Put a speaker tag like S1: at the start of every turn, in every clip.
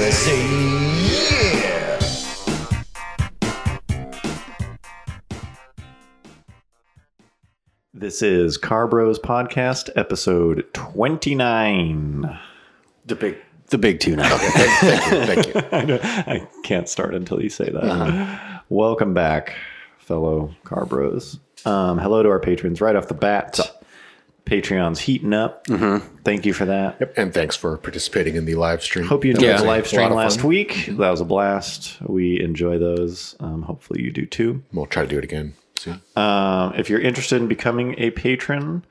S1: USA. Yeah!
S2: This is Car Bros Podcast, episode 29.
S3: The big
S4: The big two now.
S3: thank you. Thank you.
S2: I, don't- I can't start until you say that.
S4: Uh-huh.
S2: Welcome back, fellow Car Bros. Um, hello to our patrons right off the bat. Patreon's heating up.
S4: Mm-hmm.
S2: Thank you for that.
S3: Yep. And thanks for participating in the live stream.
S2: Hope you enjoyed
S4: Yeah.
S2: the
S3: A lot
S2: live
S3: of
S2: stream
S3: fun.
S2: last week. That was a blast. We enjoy those. Um, hopefully, you do too.
S3: We'll try to do it again soon.
S2: Um, if you're interested in becoming a patron,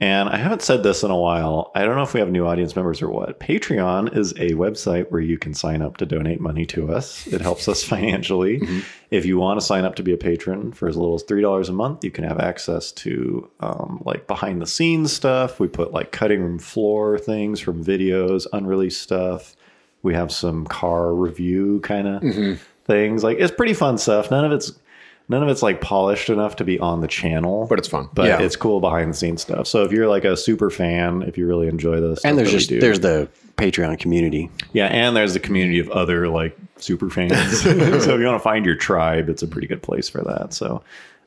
S2: and I haven't said this in a while, I don't know if we have new audience members or what. Patreon is a website where you can sign up to donate money to us. It helps us financially.
S3: Mm-hmm.
S2: If you want to sign up to be a patron for as little as three dollars a month, you can have access to um, like behind the scenes stuff. We put like cutting room floor things from videos, unreleased stuff. We have some car review kind of
S3: Mm-hmm.
S2: things. Like it's pretty fun stuff. None of it's none of it's like polished enough to be on the channel,
S3: But it's fun.
S2: But
S4: Yeah.
S2: it's cool behind the scenes stuff. So if you're like a super fan, if you really enjoy this,
S4: and there's
S2: that we
S4: just
S2: do-
S4: there's the Patreon community.
S2: yeah, and there's the community of other like super fans. so if you want to find your tribe, it's a pretty good place for that. So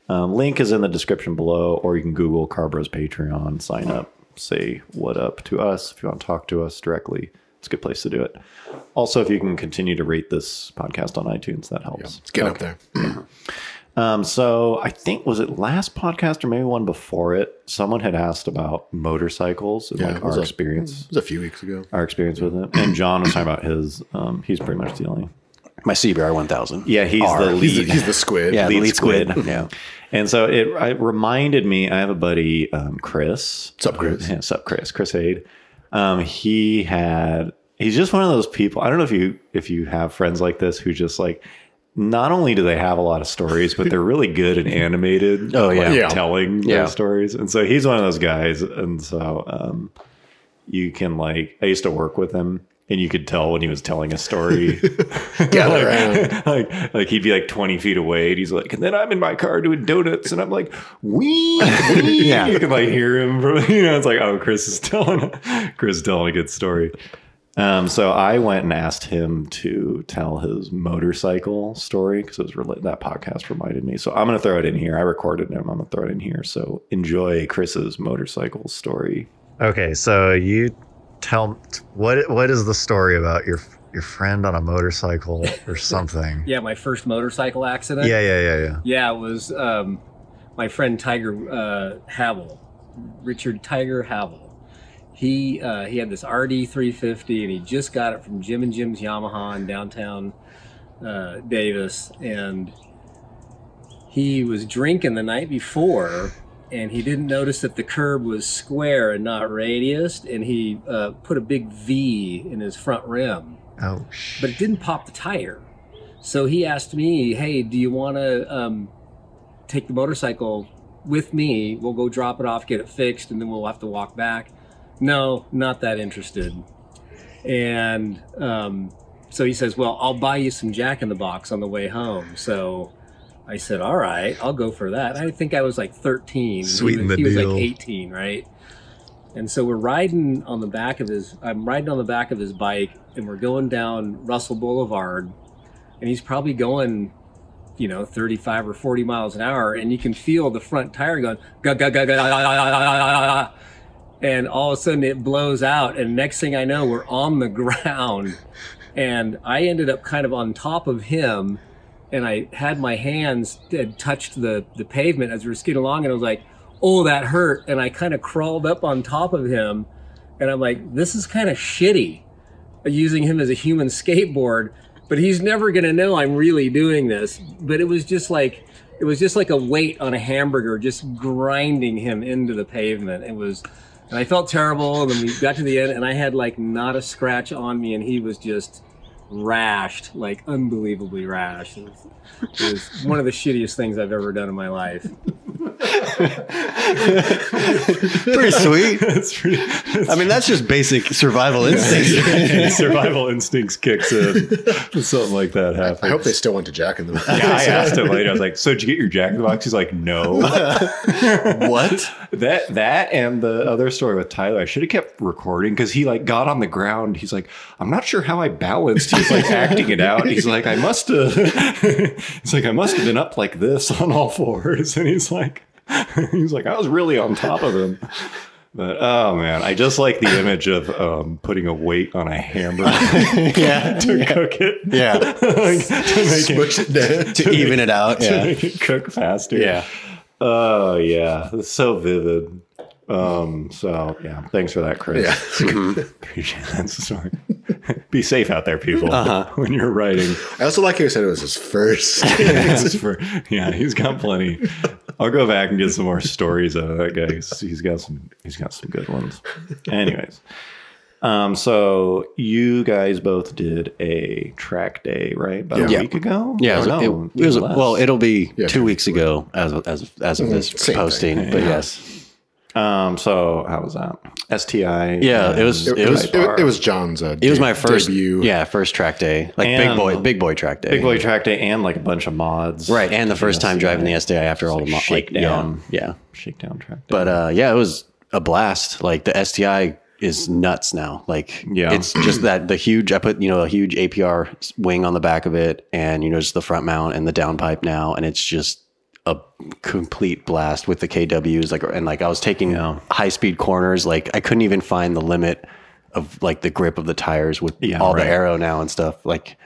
S2: um, link is in the description below, or you can Google Carbros Patreon, sign up, say what up to us if you want to talk to us directly. It's a good place to do it. Also, if you can continue to rate this podcast on iTunes, that helps.
S3: It's getting up there.
S2: Um, so I think was it last podcast or maybe one before it? Someone had asked about motorcycles and
S3: Yeah,
S2: like
S3: it was
S2: our
S3: a-
S2: experience,
S3: It was a few weeks ago.
S2: our experience with it. And John was talking about his. Um, he's pretty much the only.
S4: My CBR 1000.
S2: Yeah, he's the lead.
S3: He's the, he's the squid.
S4: Yeah, the
S2: lead
S4: lead squid.
S2: squid.
S4: yeah.
S2: And so it, it reminded me. I have a buddy, um, Chris.
S3: Sup, Chris?
S2: Yeah, sup, Chris. Chris Haid. Um, he had. He's just one of those people. I don't know if you if you have friends like this who just like. Not only do they have a lot of stories, but they're really good and animated.
S4: Oh, yeah.
S2: like,
S3: Yeah.
S2: telling those
S4: Yeah.
S2: stories. And so he's one of those guys. And so um, you can like, I used to work with him, and you could tell when he was telling a story
S3: Gather around.
S2: like, like, like he'd be like 20 feet away and he's like, and then I'm in my car doing donuts and I'm like, we, yeah. you can like hear him from, you know, it's like, oh, Chris is telling, Chris is telling a good story. Um, so I went and asked him to tell his motorcycle story because it was rela- that podcast reminded me. So I'm going to throw it in here. I recorded him. I'm going to throw it in here. So enjoy Chris's motorcycle story.
S5: Okay, so you tell what what is the story about your your friend on a motorcycle or something?
S6: Yeah, my first motorcycle accident.
S5: yeah, yeah, yeah, yeah.
S6: Yeah, it was um, my friend Tiger uh, Havel, Richard Tiger Havel. He uh, he had this RD 350, and he just got it from Jim and Jim's Yamaha in downtown uh, Davis, and he was drinking the night before. And he didn't notice that the curb was square and not radiused, and he uh, put a big V in his front rim
S5: Oh, sh-
S6: but it didn't pop the tire. So he asked me, "Hey, do you want to um, take the motorcycle with me? We'll go drop it off, get it fixed, and then we'll have to walk back." No, not that interested. And um, so he says, "Well, I'll buy you some Jack in the Box on the way home." So I said, "All right, I'll go for that." I think I was like 13.
S5: Sweeten
S6: he was,
S5: the
S6: he
S5: deal.
S6: was like 18, right? And so we're riding on the back of his. I'm riding on the back of his bike, and we're going down Russell Boulevard, and he's probably going, you know, 35 or 40 miles an hour, and you can feel the front tire going ga ga ga ga ga, ga, ga, ga, and all of a sudden it blows out, and next thing I know, we're on the ground, and I ended up kind of on top of him, and I had my hands had touched the the pavement as we were skidding along, and I was like, oh, that hurt, and I kind of crawled up on top of him, and I'm like, this is kind of shitty using him as a human skateboard, but he's never gonna know I'm really doing this. But it was just like it was just like a weight on a hamburger, just grinding him into the pavement. It was, and I felt terrible. And then we got to the end, and I had like not a scratch on me, and he was just rashed, like unbelievably rashed. It was, it was one of the shittiest things I've ever done in my life.
S4: Pretty sweet.
S2: it's pretty, it's
S4: I mean, that's just basic survival instincts.
S2: survival instincts kicks in. Something like that happens.
S3: I hope they still went to Jack in the Box.
S2: Yeah, I asked him later. I was like, "So did you get your Jack in the Box?" He's like, "No."
S4: what?
S2: that that and the other story with Tyler, I should have kept recording because he like got on the ground. He's like, "I'm not sure how I balanced." He's like acting it out. He's like, "I must have." he's like, "I must have been up like this on all fours," and he's like, "He's like, I was really on top of him." But oh man, I just like the image of um, putting a weight on a hamburger
S4: Yeah.
S2: to cook it.
S4: Yeah.
S2: Like, to make it
S3: Smush it down.
S4: To even it out.
S2: to
S4: Yeah.
S2: make it cook faster. Oh yeah, it's so vivid. Um. So yeah, thanks for that, Chris.
S3: Yeah.
S2: Appreciate that. Sorry. Be safe out there, people.
S4: Uh-huh.
S2: When you're writing,
S3: I also like how he said it was his first.
S2: This is for- yeah, he's got plenty. I'll go back and get some more stories out of that guy. He's- he's got some. He's got some good ones. Anyways, um, so you guys both did a track day, right? About
S4: Yeah.
S2: a week ago.
S4: Yeah, it was,
S2: Or
S4: it,
S2: Oh, no,
S4: it was-
S2: even less. Mm-hmm.
S4: well, it'll be
S3: Yeah,
S4: two weeks ago as of, as of, as of this
S3: Same thing.
S4: posting, but
S2: Yeah.
S4: yes,
S2: Um. So how was that? STI.
S4: Yeah, it was-
S2: and
S3: It was,
S4: Right.
S3: it, was- it was John's. Uh,
S4: it was
S3: de-
S4: my first,
S3: debut.
S4: yeah, first track day, like big
S2: And-
S4: boy, big boy track day,
S2: Big Boy Track Day and like a bunch of mods.
S4: right? And the first time driving the SDI after all
S2: like
S4: the mo- like
S2: shake down.
S4: yeah, yeah.
S2: Shakedown Track Day.
S4: But uh, yeah, it was a blast. Like the STI is nuts now. Like
S2: Yeah.
S4: it's just that the huge. I put you know a huge APR wing on the back of it, and you know just the front mount and the downpipe now, and it's just a complete blast with the KWs. Like and like I was taking high speed corners. Like I couldn't even find the limit of like the grip of the tires with
S2: Yeah,
S4: all
S2: right.
S4: the aero now and stuff. Like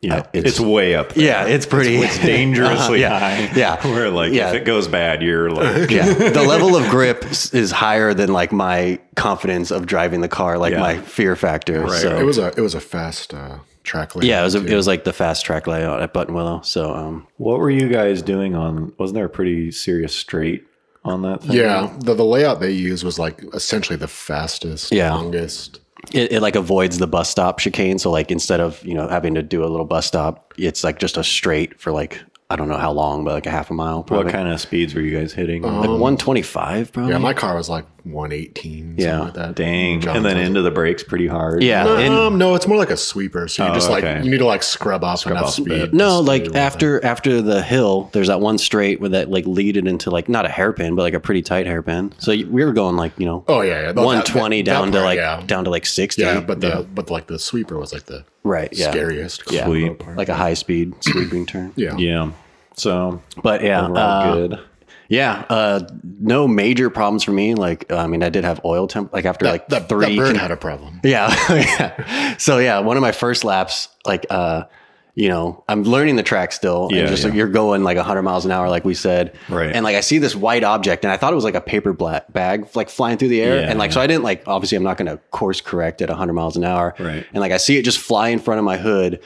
S2: yeah,
S4: uh,
S2: it's,
S4: it's-
S2: way up. there.
S4: yeah, it's pretty.
S2: It's dangerously
S4: Uh-huh, yeah,
S2: high.
S4: yeah.
S2: Where like
S4: Yeah.
S2: if it goes bad, you're like
S4: yeah the level of grip s- is higher than like my confidence of driving the car like
S2: Yeah.
S4: my fear factor so
S3: It was a it was a fast uh, track. layout,
S4: yeah it was a,
S3: too.
S4: it was like the fast track layout at button willow so um
S2: What were you guys doing on wasn't there a pretty serious straight on that thing?
S3: Yeah, the, the layout they used was like essentially the fastest,
S4: Yeah.
S3: longest.
S4: it, it like avoids the bus stop chicane so like instead of you know having to do a little bus stop it's like just a straight for like i don't know how long but like a half a mile
S2: What
S4: probably
S2: kind of speeds were you guys hitting?
S4: like 125 probably
S3: Yeah,
S4: yeah,
S3: my car was like 118,
S4: Yeah,
S3: something like that.
S2: Dang.
S3: John's
S2: and then
S3: was-
S2: into the brakes pretty hard.
S3: No,
S4: and-
S3: um, no, it's more like a sweeper. So you
S2: Oh,
S3: just like
S2: okay.
S3: you need to like scrub off enough
S2: off a bit.
S3: speed.
S4: No,
S3: to
S4: like
S3: stay with
S4: after after the hill, there's that one straight where that like lead it into like not a hairpin, but like a pretty tight hairpin. So you- we were going like you know,
S3: Oh, yeah, yeah. That- that-
S4: 120
S3: that
S4: down
S3: part,
S4: to like
S3: yeah.
S4: down to like
S3: it.
S4: 60.
S3: yeah, but the but like the sweeper was like the
S4: right, yeah,
S3: scariest.
S4: Yeah.
S3: combo part.
S4: like a high speed sweeping turn.
S3: yeah,
S2: Yeah. So
S4: But yeah,
S2: overall
S4: uh,
S2: good.
S4: yeah, uh, no major problems for me. Like I mean, I did have oil temp. Like after like
S3: that, that, that
S4: three
S3: bird
S4: con-
S3: had a problem.
S4: Yeah, yeah. So yeah, one of my first laps, like uh, you know, I'm learning the track still.
S2: Yeah,
S4: and just
S2: yeah.
S4: you're going like 100 miles an hour, like we said.
S2: Right.
S4: And like I see this white object, and I thought it was like a paper black bag, like flying through the air.
S2: Yeah,
S4: and like so, I didn't like obviously I'm not going to course correct at 100 miles an hour.
S2: Right.
S4: And like I see it just fly in front of my hood,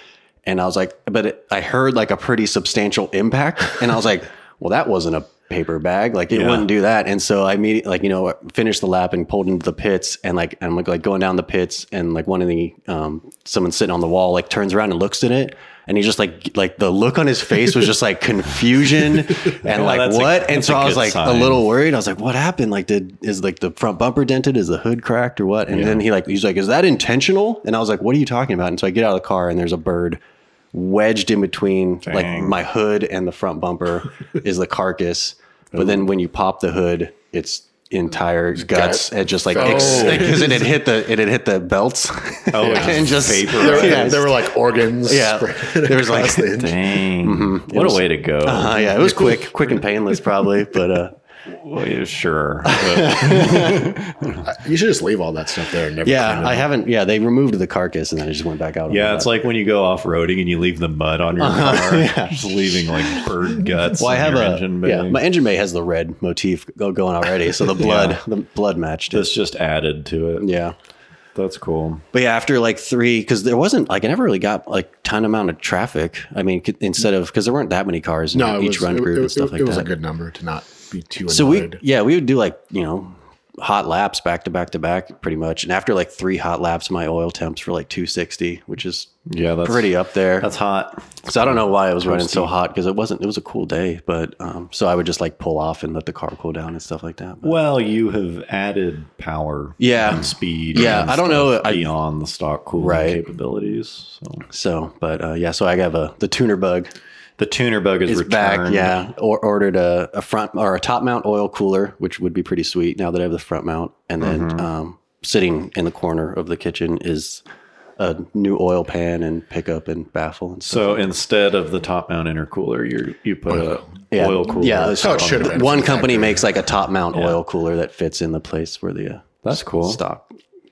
S4: and I was like, but it, I heard like a pretty substantial impact, and I was like, well, that wasn't a paper bag like it
S2: Yeah.
S4: wouldn't do that and so i immediately like you know finished the lap and pulled into the pits and like i'm like, like going down the pits and like one of the um someone sitting on the wall like turns around and looks at it and he just like like the look on his face was just like confusion and like
S2: Oh, that's a-
S4: what and
S2: that's
S4: so
S2: a
S4: i was
S2: good
S4: like a
S2: sign.
S4: little worried i was like what happened like did is like the front bumper dented is the hood cracked or what and then he like he's like is that intentional and i was like what are you talking about and so i get out of the car and there's a bird wedged in between like
S2: Dang.
S4: my hood and the front bumper is the carcass. But then when you pop the hood, it's entire guts had just like because
S3: Oh.
S4: it had hit the it had hit the belts.
S2: Oh, it
S4: and
S2: just
S4: just
S2: vaporized.
S4: Yeah,
S3: There were like organs.
S4: yeah.
S3: spread
S4: There was like
S3: across the engine.
S2: Dang.
S4: Mhm.
S2: What a way to go.
S4: uh, yeah, it was quick, quick and painless probably, but uh
S2: Well, yeah, sure. But-
S3: You should just leave all that stuff there. And never
S4: yeah,
S3: clean it
S4: I
S3: up.
S4: haven't yeah, they removed the carcass and then it just went back out. on
S2: yeah,
S4: the
S2: it's
S4: lot.
S2: like when you go off roading and you leave the mud on your car, just leaving like bird guts.
S4: Uh-huh. well, I
S2: on
S4: have
S2: your
S4: a
S2: engine bay.
S4: yeah. My engine bay has the red motif go- going already, so the blood the blood matched it.
S2: This just added to it.
S4: Yeah,
S2: That's cool.
S4: But yeah, after like three, because there wasn't like I never really got like ton amount of traffic. I mean, c- instead of because there weren't that many cars in
S3: No, it
S4: each
S3: was,
S4: run
S3: it,
S4: group
S3: it,
S4: and stuff
S3: it,
S4: like
S3: it was
S4: that.
S3: a good number to not be too
S4: so we
S3: annoyed.
S4: yeah we would do like you know hot laps back to back to back pretty much. And after like three hot laps, my oil temps were like 260, which is
S2: Yeah, that's
S4: pretty up there.
S2: That's hot.
S4: So I don't know why it was running so
S2: Toasty.
S4: hot because it wasn't. It was a cool day, but um, so I would just like pull off and let the car cool down and stuff like that. But
S2: Well, you have added power,
S4: Yeah.
S2: and speed.
S4: Yeah,
S2: and
S4: I don't
S2: stuff
S4: know, I-
S2: beyond the stock cooling
S4: Right.
S2: capabilities. So
S4: so, but uh, yeah, so I have a the tuner bug
S2: the tuner bug is,
S4: is
S2: returned.
S4: back. Yeah, or ordered a, a front or a top mount oil cooler, which would be pretty sweet now that I have the front mount. And then
S2: Mm-hmm.
S4: um, sitting in the corner of the kitchen is a new oil pan and pickup and baffle and stuff.
S2: So instead of the top mount intercooler, you you put a
S4: yeah,
S2: oil cooler.
S4: Yeah, that's
S3: Oh, it should have been.
S4: One company makes like a top mount oil cooler that fits in the place where the uh,
S2: that's cool.
S4: stock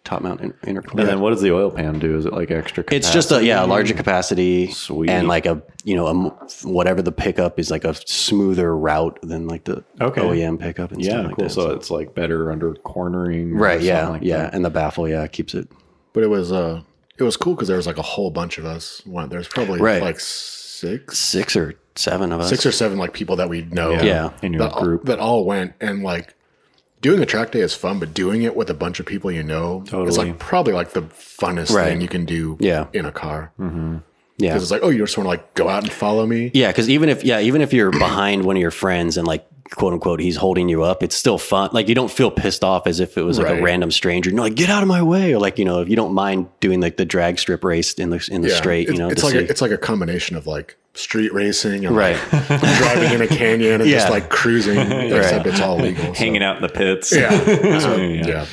S4: top mount in- intercooler.
S2: And then what does the oil pan do? Is it like extra? Capacity?
S4: It's just a yeah, a larger capacity,
S2: Sweet.
S4: and like a you know a m whatever the pickup is like a smoother route than like the
S2: Okay.
S4: OEM pickup and
S2: yeah,
S4: stuff like
S2: cool.
S4: that.
S2: So it's like better under cornering, or
S4: right, yeah,
S2: something like
S4: yeah,
S2: that.
S4: and the baffle yeah keeps it
S3: But it was uh, it was cool because there was like a whole bunch of us. One, there's probably
S4: Right.
S3: like six,
S4: six or seven of us.
S3: six or seven like people that we know.
S4: yeah.
S2: in your
S3: that all,
S2: group.
S3: that all went and like doing a track day is fun, but doing it with a bunch of people you know, it's
S2: Totally.
S3: like probably like the funnest
S4: Right.
S3: thing you can do.
S4: Yeah. Mm-hmm.
S3: in a car because
S4: yeah,
S3: it's like, oh, you just want to like go out and follow me.
S4: Yeah, because even if yeah, even if you're behind one of your friends and like quote unquote he's holding you up, it's still fun. Like you don't feel pissed off as if it was like a
S3: Right.
S4: random stranger. You're like, get out of my way, or like you know, if you don't mind doing like the drag strip race in the in the
S3: Yeah.
S4: straight, you
S3: It's-
S4: know,
S3: it's
S4: to
S3: like
S4: see.
S3: a, it's like a combination of like street racing and
S4: right.
S3: like driving in a canyon and just
S4: Yeah.
S3: like cruising, except it's all legal. so-
S2: hanging out in the pits.
S3: Yeah. So,
S2: Yeah.
S3: yeah. yeah.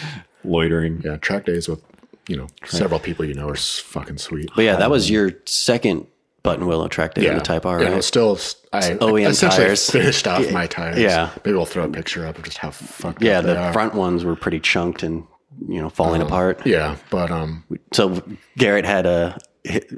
S2: loitering.
S3: Track days with, you know, several people you know are s- fucking sweet.
S4: But yeah, that was your second button willow track day on
S3: Um, yeah.
S4: the Type R,
S3: Yeah, it
S4: right?
S3: was still, I
S4: OEM
S3: essentially
S4: E tires.
S3: finished off my tires.
S4: Yeah.
S3: Maybe we'll throw a picture up of just how fucked
S4: yeah,
S3: up they
S4: the
S3: are.
S4: front ones were pretty chunked and you know
S3: Uh-huh.
S4: falling apart.
S3: Yeah. But, um,
S4: so Garrett had a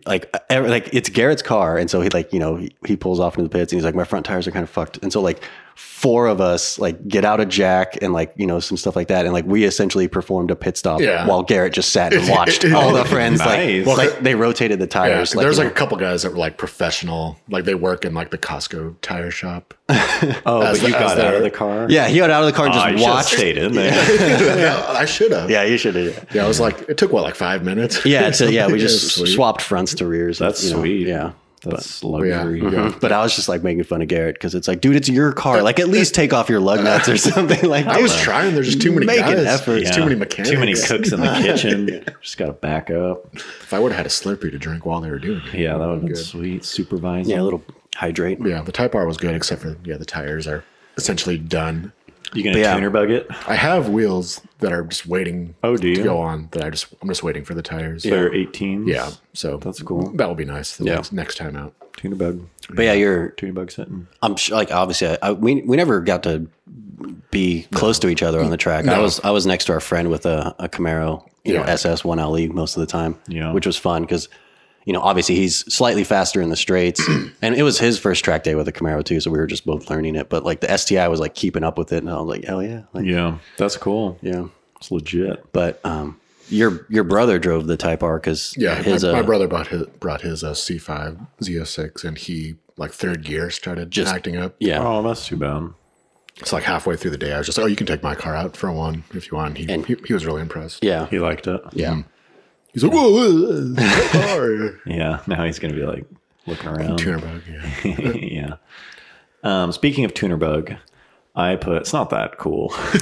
S4: like ev- like it's Garrett's car, and so he like you know he, he pulls off into the pits, and he's like my front tires are kind of fucked, and so like four of us like get out a jack and like you know some stuff like that, and like we essentially performed a pit stop
S3: Yeah.
S4: while Garrett just sat and watched all the friends
S2: Nice.
S4: like like they rotated the
S3: yeah,
S4: tires. like,
S3: there's
S4: you
S3: like a couple guys that were like professional, like they work in like the Costco tire shop.
S2: Oh,
S3: As
S2: but you
S3: the- as
S2: got out
S3: they're-
S2: of the car.
S4: know- yeah, he got out of the car
S3: Ah,
S4: and
S2: Aw, you
S4: just
S2: should've
S4: watched.
S2: stayed in there.
S3: yeah, I should have.
S4: Yeah, you should have.
S3: Yeah, I was like, it took what, like five minutes?
S4: Yeah, so yeah, we
S3: It was
S4: just
S3: sweet.
S4: swapped fronts to rears. and,
S2: That's
S4: you know,
S2: sweet.
S4: Yeah.
S2: That's
S3: Yeah, Mm-hmm.
S2: luxury.
S3: yeah.
S4: But I was just like making fun of Garrett because it's like, dude, it's your car. Like, at least take off your lug nuts or something like that.
S3: I was trying. There's just too many
S4: Make an
S3: guys.
S4: effort.
S3: There's too many mechanics.
S2: Too many cooks in the kitchen. Just got to back up.
S3: If I would have had a Slurpee to drink while they were doing it.
S2: Yeah, that would have been sweet. Supervising.
S4: Yeah, a little hydrate.
S3: Yeah, the Type R was good, except for yeah, the tires are essentially done.
S2: You gonna
S4: yeah.
S2: tuner bug it?
S3: I have wheels that are just waiting.
S2: Oh, do
S3: to
S2: you?
S3: go on? That I just I'm just waiting for the tires.
S2: They're 18s.
S3: Yeah, so
S2: That's cool.
S3: That will be nice. The
S4: Yeah.
S3: next, next time out.
S2: Tuner bug.
S4: But yeah, you're.
S2: Tuner bug sitting.
S4: I'm sure, like obviously, I, I, we we never got to be close to each other on the track. I was I was next to our friend with a, a Camaro, you know,
S3: Yeah.
S4: SS one LE most of the time,
S2: Yeah.
S4: which was fun because. You know, obviously he's slightly faster in the straights, and it was his first track day with a Camaro too. So we were just both learning it. But like the STI was like keeping up with it, and I was like, hell yeah, like,
S2: Yeah, that's cool.
S4: yeah.
S2: It's legit.
S4: But um, your your brother drove the Type R because
S3: Yeah,
S4: his
S3: my, my
S4: uh,
S3: brother brought his brought his uh, C5 Z06, and he like third gear started
S4: Just-
S3: acting up.
S4: yeah,
S2: Oh, that's too bad.
S3: It's like halfway through the day. I was just, oh, you can take my car out for one if you want. He
S4: And-
S3: he, he was really impressed.
S4: yeah,
S2: He liked it.
S4: yeah.
S3: He's like, whoa, whoa, whoa, car.
S2: Yeah. Now he's gonna be like looking around.
S3: Tuner bug. Yeah.
S2: yeah. Um, speaking of tuner bug, I put it's not that cool,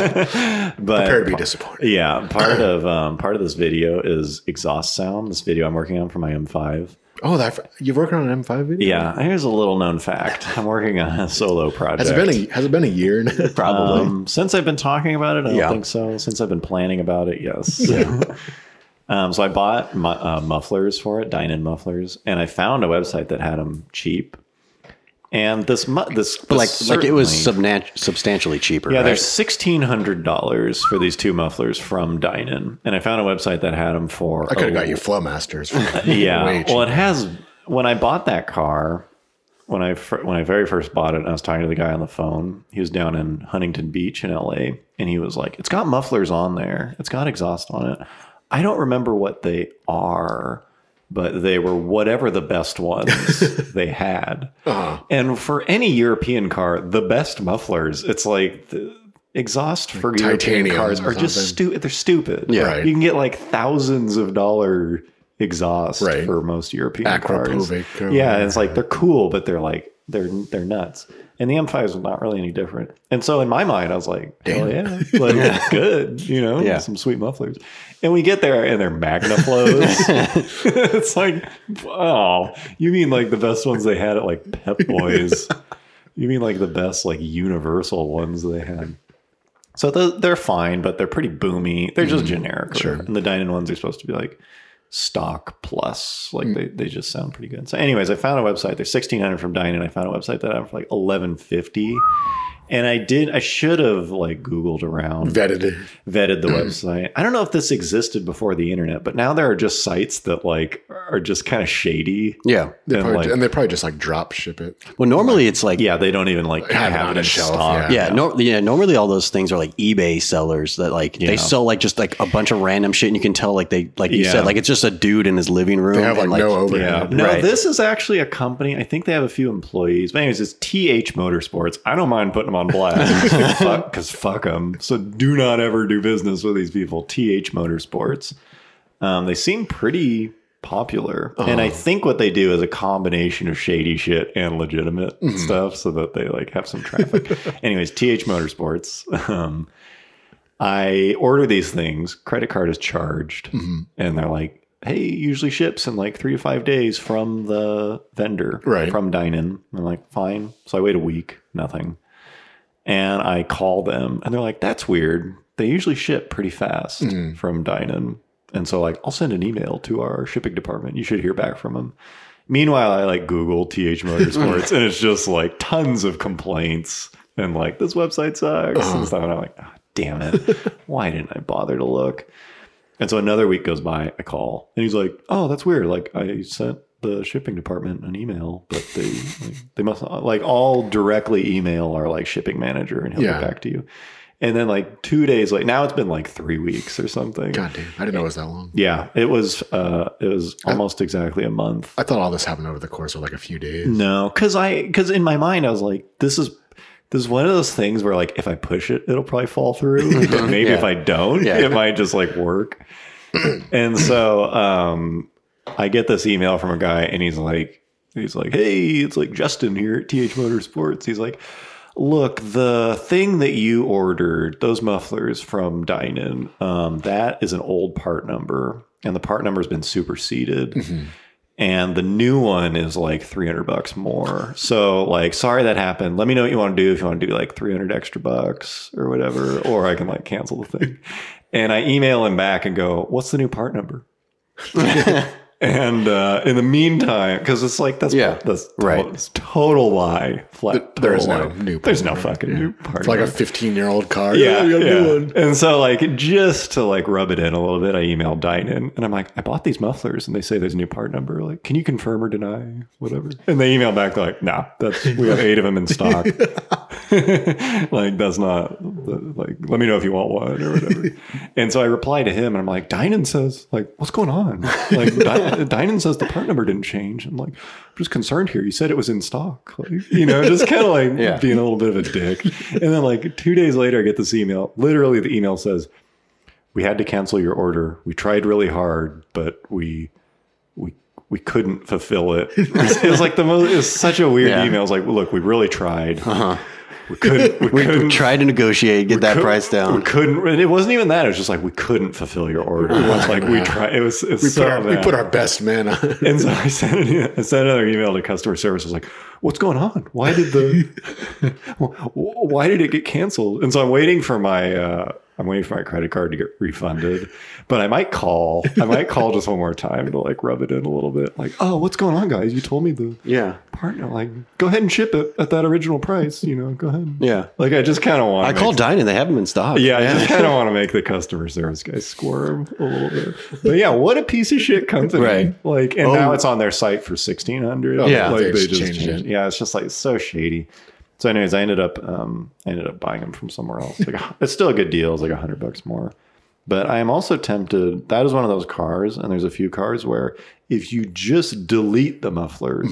S2: but
S3: Prepare to be disappointed.
S2: yeah, part of um, part of this video is exhaust sound. This video I'm working on for my M5.
S3: Oh, that you're working on an M5 video?
S2: Yeah, here's a little known fact. I'm working on a solo project.
S3: Has it been a has it been a year? now?
S4: Probably.
S2: Um, since I've been talking about it, I don't
S4: Yeah.
S2: think so. Since I've been planning about it, yes. um, so I bought mu- uh, mufflers for it, Dynan mufflers, and I found a website that had them cheap. And this, mu- this,
S4: But like,
S2: this
S4: like it was
S2: certainly-
S4: subnat- substantially cheaper.
S2: yeah,
S4: right?
S2: there's sixteen hundred dollars for these two mufflers from Dynan, and I found a website that had them for.
S3: I
S4: Oh.
S3: could have
S2: a
S3: got you Flowmasters. For
S2: yeah.
S3: way
S2: well, it has. When I bought that car, when I fir- when I very first bought it, I was talking to the guy on the phone. He was down in Huntington Beach in L.A. and he was like, "It's got mufflers on there. It's got exhaust on it. I don't remember what they are." But they were whatever the best ones they
S3: Uh-huh.
S2: had. And for any European car, the best mufflers, it's like th- exhaust for
S3: Like
S2: European
S3: titanium
S2: cars
S3: or
S2: are just
S3: something.
S2: stupid. They're stupid.
S4: Yeah.
S3: Right.
S2: You can get like thousands of dollar exhaust
S3: Right.
S2: for most European cars.
S3: Acropovic. or
S2: Yeah, it's like they're cool, but they're like they're they're nuts. And the M5 is not really any different. And so in my mind, I was like, hell yeah, like good, you know,
S4: Yeah.
S2: some sweet mufflers. And we get there, and they're Magna flows. it's like, oh, you mean like the best ones they had at like Pep Boys? you mean like the best like universal ones they had? So th- they're fine, but they're pretty boomy. They're just
S3: Mm-hmm.
S2: generic. Sure. And the dining ones are supposed to be like stock plus. Like
S3: Mm.
S2: they, they just sound pretty good. So, anyways, I found a website. They're sixteen hundred from dining. I found a website that I had for like eleven fifty. And I did. I should have like Googled around,
S3: vetted. it.
S2: vetted the website. I don't know if this existed before the internet, but now there are just sites that like are just kind of shady.
S4: Yeah.
S3: They
S2: And,
S3: probably,
S2: like-
S3: and they probably just like drop ship it.
S4: Well, normally it's like
S2: Yeah, they don't even like
S3: Have
S2: have,
S3: it on
S2: it
S3: a
S2: in
S3: shelf,
S2: stock.
S4: Yeah, nor- yeah. Normally, all those things are like eBay sellers that like
S2: Yeah.
S4: they sell like just like a bunch of random shit, and you can tell like they like you
S2: Yeah.
S4: said like it's just a dude in his living room.
S3: They have like,
S4: and,
S3: no
S2: Yeah.
S3: overhead.
S2: No,
S4: Right.
S2: this is actually a company. I think they have a few employees. But anyways, it's TH Motorsports. I don't mind putting them on blast because fuck them. So do not ever do business with these people. TH Motorsports. Um, they seem pretty popular, and I think what they do is a combination of shady shit and legitimate stuff, so that they like have some traffic. anyways, TH Motorsports. Um, I order these things, credit card is charged, and they're like, hey, usually ships in like three to five days from the vendor,
S3: Right.
S2: From Dinin. I'm like, fine. So I wait a week, nothing. And I call them, and they're like, that's weird. They usually ship pretty fast from Dinin. And so, like, I'll send an email to our shipping department. You should hear back from them. Meanwhile, I like Google TH Motorsports and it's just like tons of complaints and like this website sucks and stuff. And I'm like, oh, damn it. Why didn't I bother to look? And so another week goes by, I call and he's like, oh, that's weird. Like I sent the shipping department an email, but they like, they must like all directly email our like shipping manager and he'll
S3: Yeah.
S2: get back to you. And then like two days like now it's been like three weeks or something.
S3: God damn. I didn't know it was that long.
S2: Yeah, it was uh it was almost exactly a month.
S3: I thought all this happened over the course of like a few days.
S2: No, because I because in my mind I was like, this is this is one of those things where like if I push it, it'll probably fall through. But maybe if I don't,
S4: Yeah.
S2: it might just like work. and so um I get this email from a guy and he's like he's like, Hey, it's like Justin here at TH Motorsports. He's like Look, the thing that you ordered, those mufflers from Dynan, um, that is an old part number, and the part number has been superseded
S4: Mm-hmm.
S2: and the new one is like 300 bucks more so like sorry that happened let me know what you want to do if you want to do like 300 extra bucks or whatever or i can like cancel the thing and i email him back and go what's the new part number and uh, in the meantime because it's like that's
S4: Yeah,
S2: that's
S4: right.
S2: total, it's total lie flat
S3: There is
S2: total
S3: no
S2: lie.
S3: new part
S2: there's no
S3: number.
S2: fucking new part
S3: It's like a
S2: number.
S3: 15 year old car.
S2: Yeah,
S3: we got a new
S2: yeah.
S3: one.
S2: And so, like, just to like rub it in a little bit, I emailed Dynan and I'm like, I bought these mufflers and they say there's a new part number. Like, can you confirm or deny? Whatever. And they email back like, Nah, that's we have eight of them in stock. like, that's not like. Let me know if you want one or whatever. and so I reply to him and I'm like, Dynan says like, what's going on? Like, Dy- Dynan says the part number didn't change. I'm like, I'm just concerned here. You said it was in stock. Like, you know, just kind of like
S4: Yeah.
S2: being a little bit of a dick. And then like two days later, I get this email. Literally, the email says, "We had to cancel your order. We tried really hard, but we we we couldn't fulfill it." It was, it was like the most. It was such a weird
S4: Yeah.
S2: email. It was like, "Look, we really tried.
S3: Uh-huh.
S2: We couldn't. We,
S4: Like, we
S2: couldn't."
S4: try to negotiate, get that
S2: couldn't-
S4: price
S2: We
S4: down.
S2: couldn't, and it wasn't even that. It was just like we couldn't fulfill your order. It was like we tried. It was. It was
S3: We,
S2: so
S3: put our, we
S2: bad.
S3: put our best man on. it.
S2: And so I sent, an, e-, I sent another email to customer service. I was like, "What's going on? Why did the, wh- why did it get canceled?" And so I'm waiting for my, uh, I'm waiting for my credit card to get refunded. But I might call. I might call just one more time to like rub it in a little bit. Like, oh, what's going on, guys? You told me the
S4: Yeah,
S2: partner. Like, go ahead and ship it at that original price. You know, go ahead.
S4: yeah.
S2: Like, I just kind of want.
S4: I called Dyna. They have them in stock.
S2: Yeah, I just kind of want to make the customer service guy squirm a little bit. But yeah, what a piece of shit company!
S4: Right.
S2: Like, and now it's on their site for sixteen hundred.
S4: Yeah.
S2: like
S3: They've
S2: they just
S3: changed
S2: changed it.
S3: it.
S2: Yeah, it's just like so shady. So, anyways, I ended up um, I ended up buying them from somewhere else. Like, it's still a good deal. It's like hundred bucks more. But I am also tempted. That is one of those cars, and there's a few cars where if you just delete the mufflers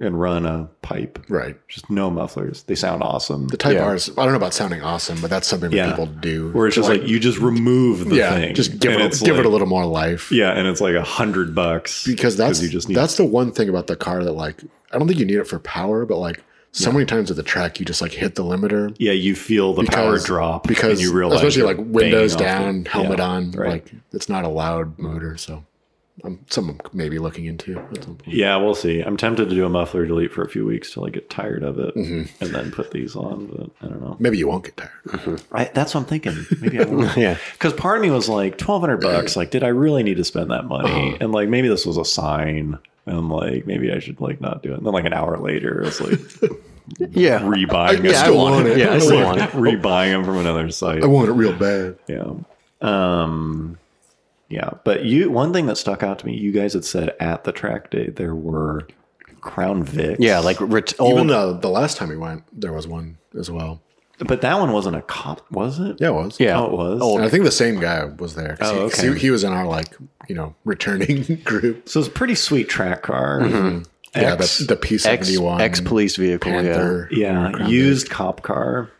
S2: and run a pipe.
S3: Right.
S2: Just no mufflers. They sound awesome.
S3: The Type
S4: Yeah.
S3: R's. I don't know about sounding awesome, but that's something that
S2: Yeah.
S3: people do.
S2: Where it's just like, you just remove the
S3: yeah,
S2: thing.
S3: just give
S2: and
S3: it
S2: it's
S3: give
S2: like-
S3: it a little more life.
S2: Yeah, and it's like a hundred bucks
S3: because that's
S2: you just need
S3: that's the one thing about the car that like I don't think you need it for power, but like so many times at the track you just like hit the limiter
S2: yeah, you feel the power
S3: because-
S2: drop and
S3: because
S2: you realize
S3: especially
S2: you're
S3: like windows
S2: banging off
S3: down,
S2: the-
S3: helmet
S2: yeah,
S3: on,
S2: right.
S3: like it's not a loud motor. So I'm some I'm maybe looking into at some point.
S2: Yeah, we'll see. I'm tempted to do a muffler delete for a few weeks till I get tired of it
S3: Mhm.
S2: and then put these on, but I don't know.
S3: Maybe you won't get tired.
S2: I, that's what I'm thinking. Maybe I will.
S4: Yeah.
S2: Because part of me was like, 1200 bucks. Like, did I really need to spend that money?
S3: Uh-huh.
S2: And like, maybe this was a sign. And like, maybe I should like not do it. And then like an hour later, it's like
S4: Yeah.
S2: rebuying
S3: I
S2: them.
S3: still want it.
S4: Yeah, I still want Oh. it.
S2: rebuying them from another site.
S3: I want it real bad.
S2: Yeah. Um, yeah. But you, one thing that stuck out to me, you guys had said at the track day there were Crown Vics.
S4: Yeah, like ret-
S3: Even
S4: old,
S3: the the last time we went, there was one as well.
S2: but that one wasn't a cop, was it?
S3: Yeah, it was.
S4: yeah,
S2: Oh, it was.
S3: And I think the same guy was there. 'cause
S2: Oh,
S3: he- 'cause he,
S2: okay.
S3: he was in our like you know returning group.
S2: So it's a pretty sweet track car.
S4: Mm-hmm.
S3: Yeah,
S2: X-
S3: the, the P
S4: ex
S3: seventy one
S4: ex police vehicle. Yeah.
S3: Panther.
S2: Yeah,
S3: Crown
S2: used cop car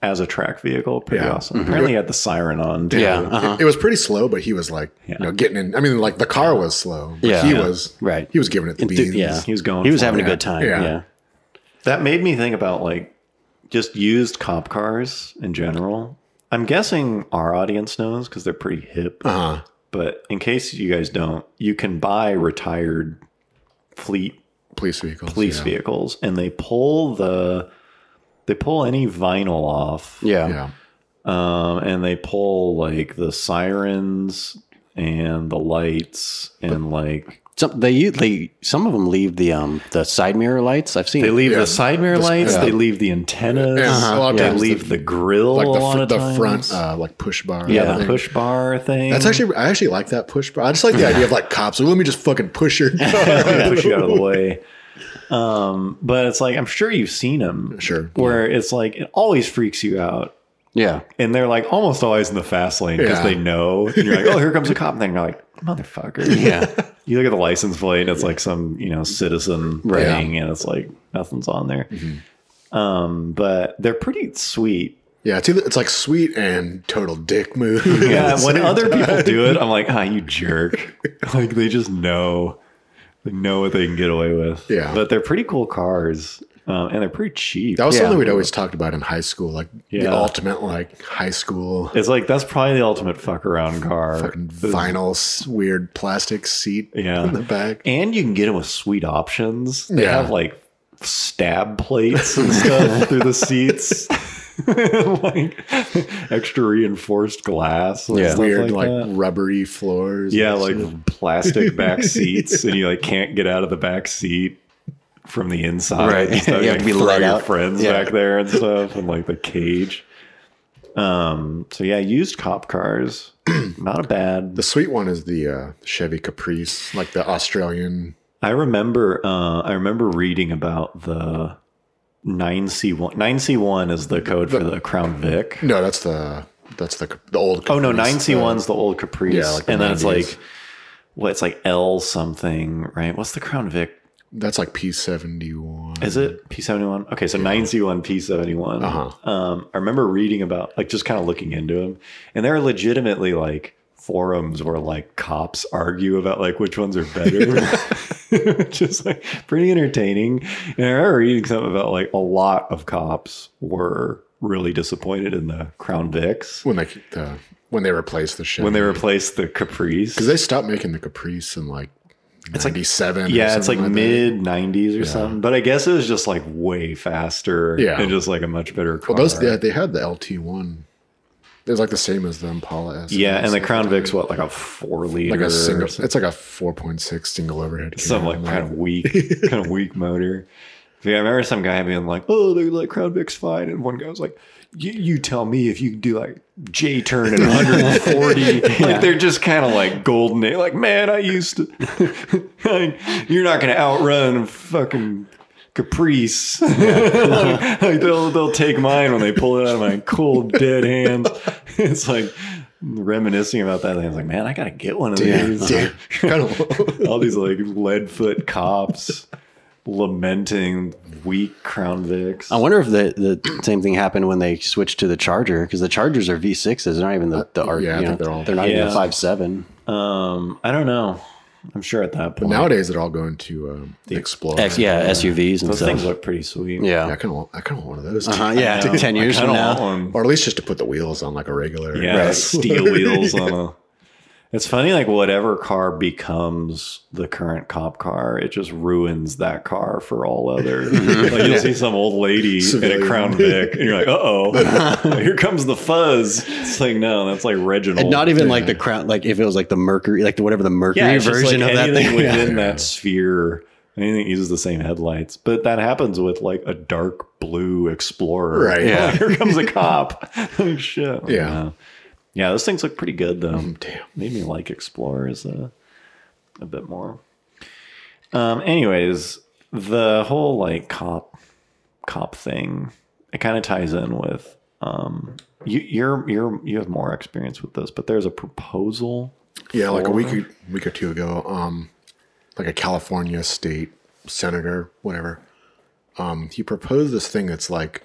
S2: as a track vehicle. Pretty
S3: Yeah.
S2: awesome. Apparently had the siren on. Too.
S4: Mm-hmm. Yeah. Uh-huh.
S3: It, it was pretty slow, but he was like, you know, getting in. I mean, like the car was slow. But
S4: Yeah.
S3: he
S4: Yeah.
S3: was
S4: Right.
S3: He was giving it the
S4: Enthu-
S3: beans.
S4: yeah.
S2: He was going.
S4: He was
S2: for
S4: having
S2: it.
S4: a good time.
S3: Yeah.
S4: Yeah.
S2: That made me think about like just used cop cars in general. I'm guessing our audience knows because they're pretty hip.
S3: Uh huh.
S2: But in case you guys don't, you can buy retired fleet
S3: Police vehicles.
S2: police
S3: yeah.
S2: vehicles, and they pull the they pull any vinyl off.
S4: Yeah.
S3: Yeah.
S2: um, and they pull like the sirens and the lights and like
S4: Some they u- they some of them leave the um the side mirror lights. I've seen.
S2: they
S4: it.
S2: leave
S3: Yeah.
S2: the side mirror
S3: The-
S2: lights
S3: yeah.
S2: they leave the antennas
S3: And a lot of
S2: they
S3: times
S2: leave
S3: the-
S2: the, grill
S3: Like the,
S2: a lot
S3: fr-
S2: of
S3: the
S2: times.
S3: front, uh, like push bar.
S2: yeah,
S3: thing.
S2: the push bar thing
S3: That's actually, I actually like that push bar. I just like the idea of like cops. Like, let me just fucking push your car.
S2: push you out of the way um but it's like i'm sure you've seen them
S3: Sure.
S2: where it's like it always freaks you out
S4: yeah.
S2: and they're like almost always in the fast lane because
S3: Yeah.
S2: they know and you're like oh here comes a cop and then you're like motherfucker
S4: Yeah.
S2: you look at the license plate and it's like some you know citizen
S4: Right.
S2: thing and it's like nothing's on there um but they're pretty sweet
S3: Yeah, it's, either, it's like sweet and total dick move.
S2: yeah when other people do it i'm like ah you jerk like they just know they know what they can get away with
S3: Yeah.
S2: but they're pretty cool cars um, and they're pretty cheap
S3: That was
S4: Yeah.
S3: something we'd always talked about in high school, like the
S2: Yeah.
S3: ultimate like high school
S2: it's like that's probably the ultimate fuck around car
S3: fucking vinyl s- weird plastic seat
S2: Yeah.
S3: in the back.
S2: and you can get them with sweet options. They
S3: Yeah.
S2: have like stab plates and stuff through the seats, like extra reinforced glass. and
S4: Yeah.
S2: stuff
S3: Weird like,
S2: that.
S3: rubbery floors.
S2: yeah,
S3: and shit.
S2: like plastic back seats, and you like can't get out of the back seat from the inside.
S4: Right.
S2: and stuff.
S4: You
S2: like,
S4: have to be
S2: throw
S4: let
S2: your
S4: out.
S2: Friends
S4: Yeah.
S2: back there and stuff, and like the cage. Um. So yeah, used cop cars, not a bad.
S3: the sweet one is the uh, Chevy Caprice, like the Australian.
S2: I remember uh, I remember reading about the 9C1. 9C1 is the code for the Crown Vic.
S3: No, that's the that's the Cap- the old.
S2: Oh no,
S3: Caprice,
S2: 9C1's the old Caprice.
S3: Yeah, like the
S2: and then it's
S3: 90s.
S2: like well, it's like L something, right? What's the Crown Vic?
S3: the- That's like P seventy one.
S2: Is it P71? Okay, so 9C1 P71.
S3: Uh-huh.
S2: Um I remember reading about like just kind of looking into them and there are legitimately like forums where like cops argue about like which ones are better. which is like pretty entertaining. And I remember reading something about like a lot of cops were really disappointed in the Crown Vics
S3: when they the when they replaced the Chevy
S2: when they replaced the Caprice.
S3: because they stopped making the Caprice in like
S2: It's like-
S3: ninety seven.
S2: Yeah, it's like, mid '90s or
S3: Yeah.
S2: something. But I guess it was just like way faster.
S3: Yeah.
S2: and just like a much better car.
S3: Well, those yeah, they had the LT one. It was like the same as the Impala S.
S2: yeah, and the Crown Vic's what like a four liter,
S3: like a single.
S2: or something,
S3: It's like a four point six single overhead. cam,
S2: some like kind of weak, kind of weak motor. But yeah, I remember some guy being like, "Oh, they're like Crown Vic's fine," and one guy was like, "You- "You tell me if you can do like J turn at 140." Like they're just kind of like golden. age. Like, man, I used to. like, you're not gonna outrun fucking Caprice. like, they'll they'll take mine when they pull it out of my cold dead hands. it's like reminiscing about that. thing. I was like, man, I gotta get one of
S3: Yeah,
S2: these.
S3: yeah, kind of.
S2: All these like lead foot cops. lamenting weak Crown Vics.
S4: I wonder if the, the same thing happened when they switched to the Charger because the Chargers are V6s. They're not even the, the R,
S3: Uh, yeah, I
S4: you know,
S3: think
S4: they're,
S3: they're all-
S4: not even
S2: Yeah.
S4: the 5.7.
S2: Um, I don't know. I'm sure at that
S3: But
S2: point.
S3: nowadays they're all going to um, explore.
S4: X, yeah, SUVs and
S2: those things
S4: stuff.
S2: look pretty sweet.
S3: I
S4: Yeah.
S3: kind of want, I kind of want one of those.
S4: Uh-huh, yeah,
S2: I know.
S4: 10
S2: I
S4: years from
S2: kinda
S4: now.
S2: want one.
S3: Or at least just to put the wheels on like a regular.
S2: Yeah, steel wheels on a. It's funny, like whatever car becomes the current cop car, it just ruins that car for all other. like you'll see some old lady in
S3: Civilian.
S2: a Crown Vic, and you're like, "Uh oh, here comes the fuzz." It's like no, that's like Reginald.
S4: And not even like the crown, like if it was like the Mercury, like the, whatever the Mercury
S2: yeah, it's just,
S4: version
S2: like,
S4: of that
S2: anything
S4: thing. Yeah.
S2: within that sphere. Anything that uses the same headlights, but that happens with like a dark blue Explorer.
S3: Right.
S4: Yeah.
S2: here comes a cop. oh shit.
S3: Yeah. Mm,
S2: Wow. Yeah, those things look pretty good though.
S3: damn.
S2: Made me like Explorers a, a bit more. Um, anyways, the whole like cop cop thing, it kind of ties in with um you you're you're you have more experience with this, but there's a proposal.
S3: Yeah, like a week week or two ago, um, like a California state senator, whatever. Um, he proposed this thing that's like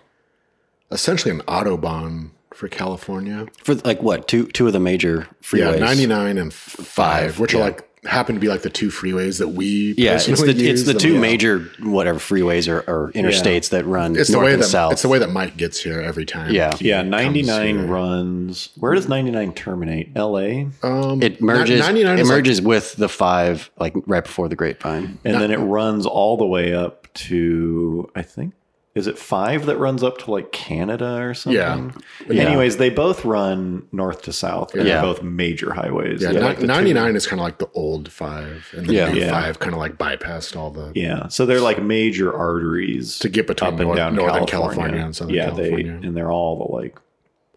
S3: essentially an autobahn for California.
S4: For like what? Two two of the major freeways.
S3: Yeah, ninety nine and five, which are
S4: yeah.
S3: like happen to be like the two freeways that we
S4: Yeah, it's the
S3: personally
S4: it's
S3: use,
S4: the
S3: and,
S4: two
S3: yeah.
S4: major whatever freeways or, or interstates that run
S3: It's the
S4: north
S3: way
S4: and
S3: that
S4: south.
S3: it's the way that Mike gets here every time.
S4: Yeah.
S3: he comes here.
S2: runs. Where does 99 terminate? L.A.
S3: Um,
S4: it merges.
S3: Ninety nine
S4: it
S3: is like
S4: merges with the five, like right before the grapevine.
S2: and then it runs all the way up to I think is it five that runs up to like Canada or something.
S3: Yeah.
S2: Anyways, they both run north to south. And
S4: Yeah.
S2: They're both major highways.
S3: Yeah,
S2: They're
S3: ni-
S2: like the two-
S3: 99 is kind of like the old five, and then
S4: Yeah.
S3: new
S2: Yeah.
S3: five kind of like bypassed all the
S2: Yeah, so they're like major arteries
S3: to get between
S2: up and
S3: north,
S2: down
S3: northern California.
S2: California.
S3: and southern
S2: yeah,
S3: California.
S2: they and they're all the like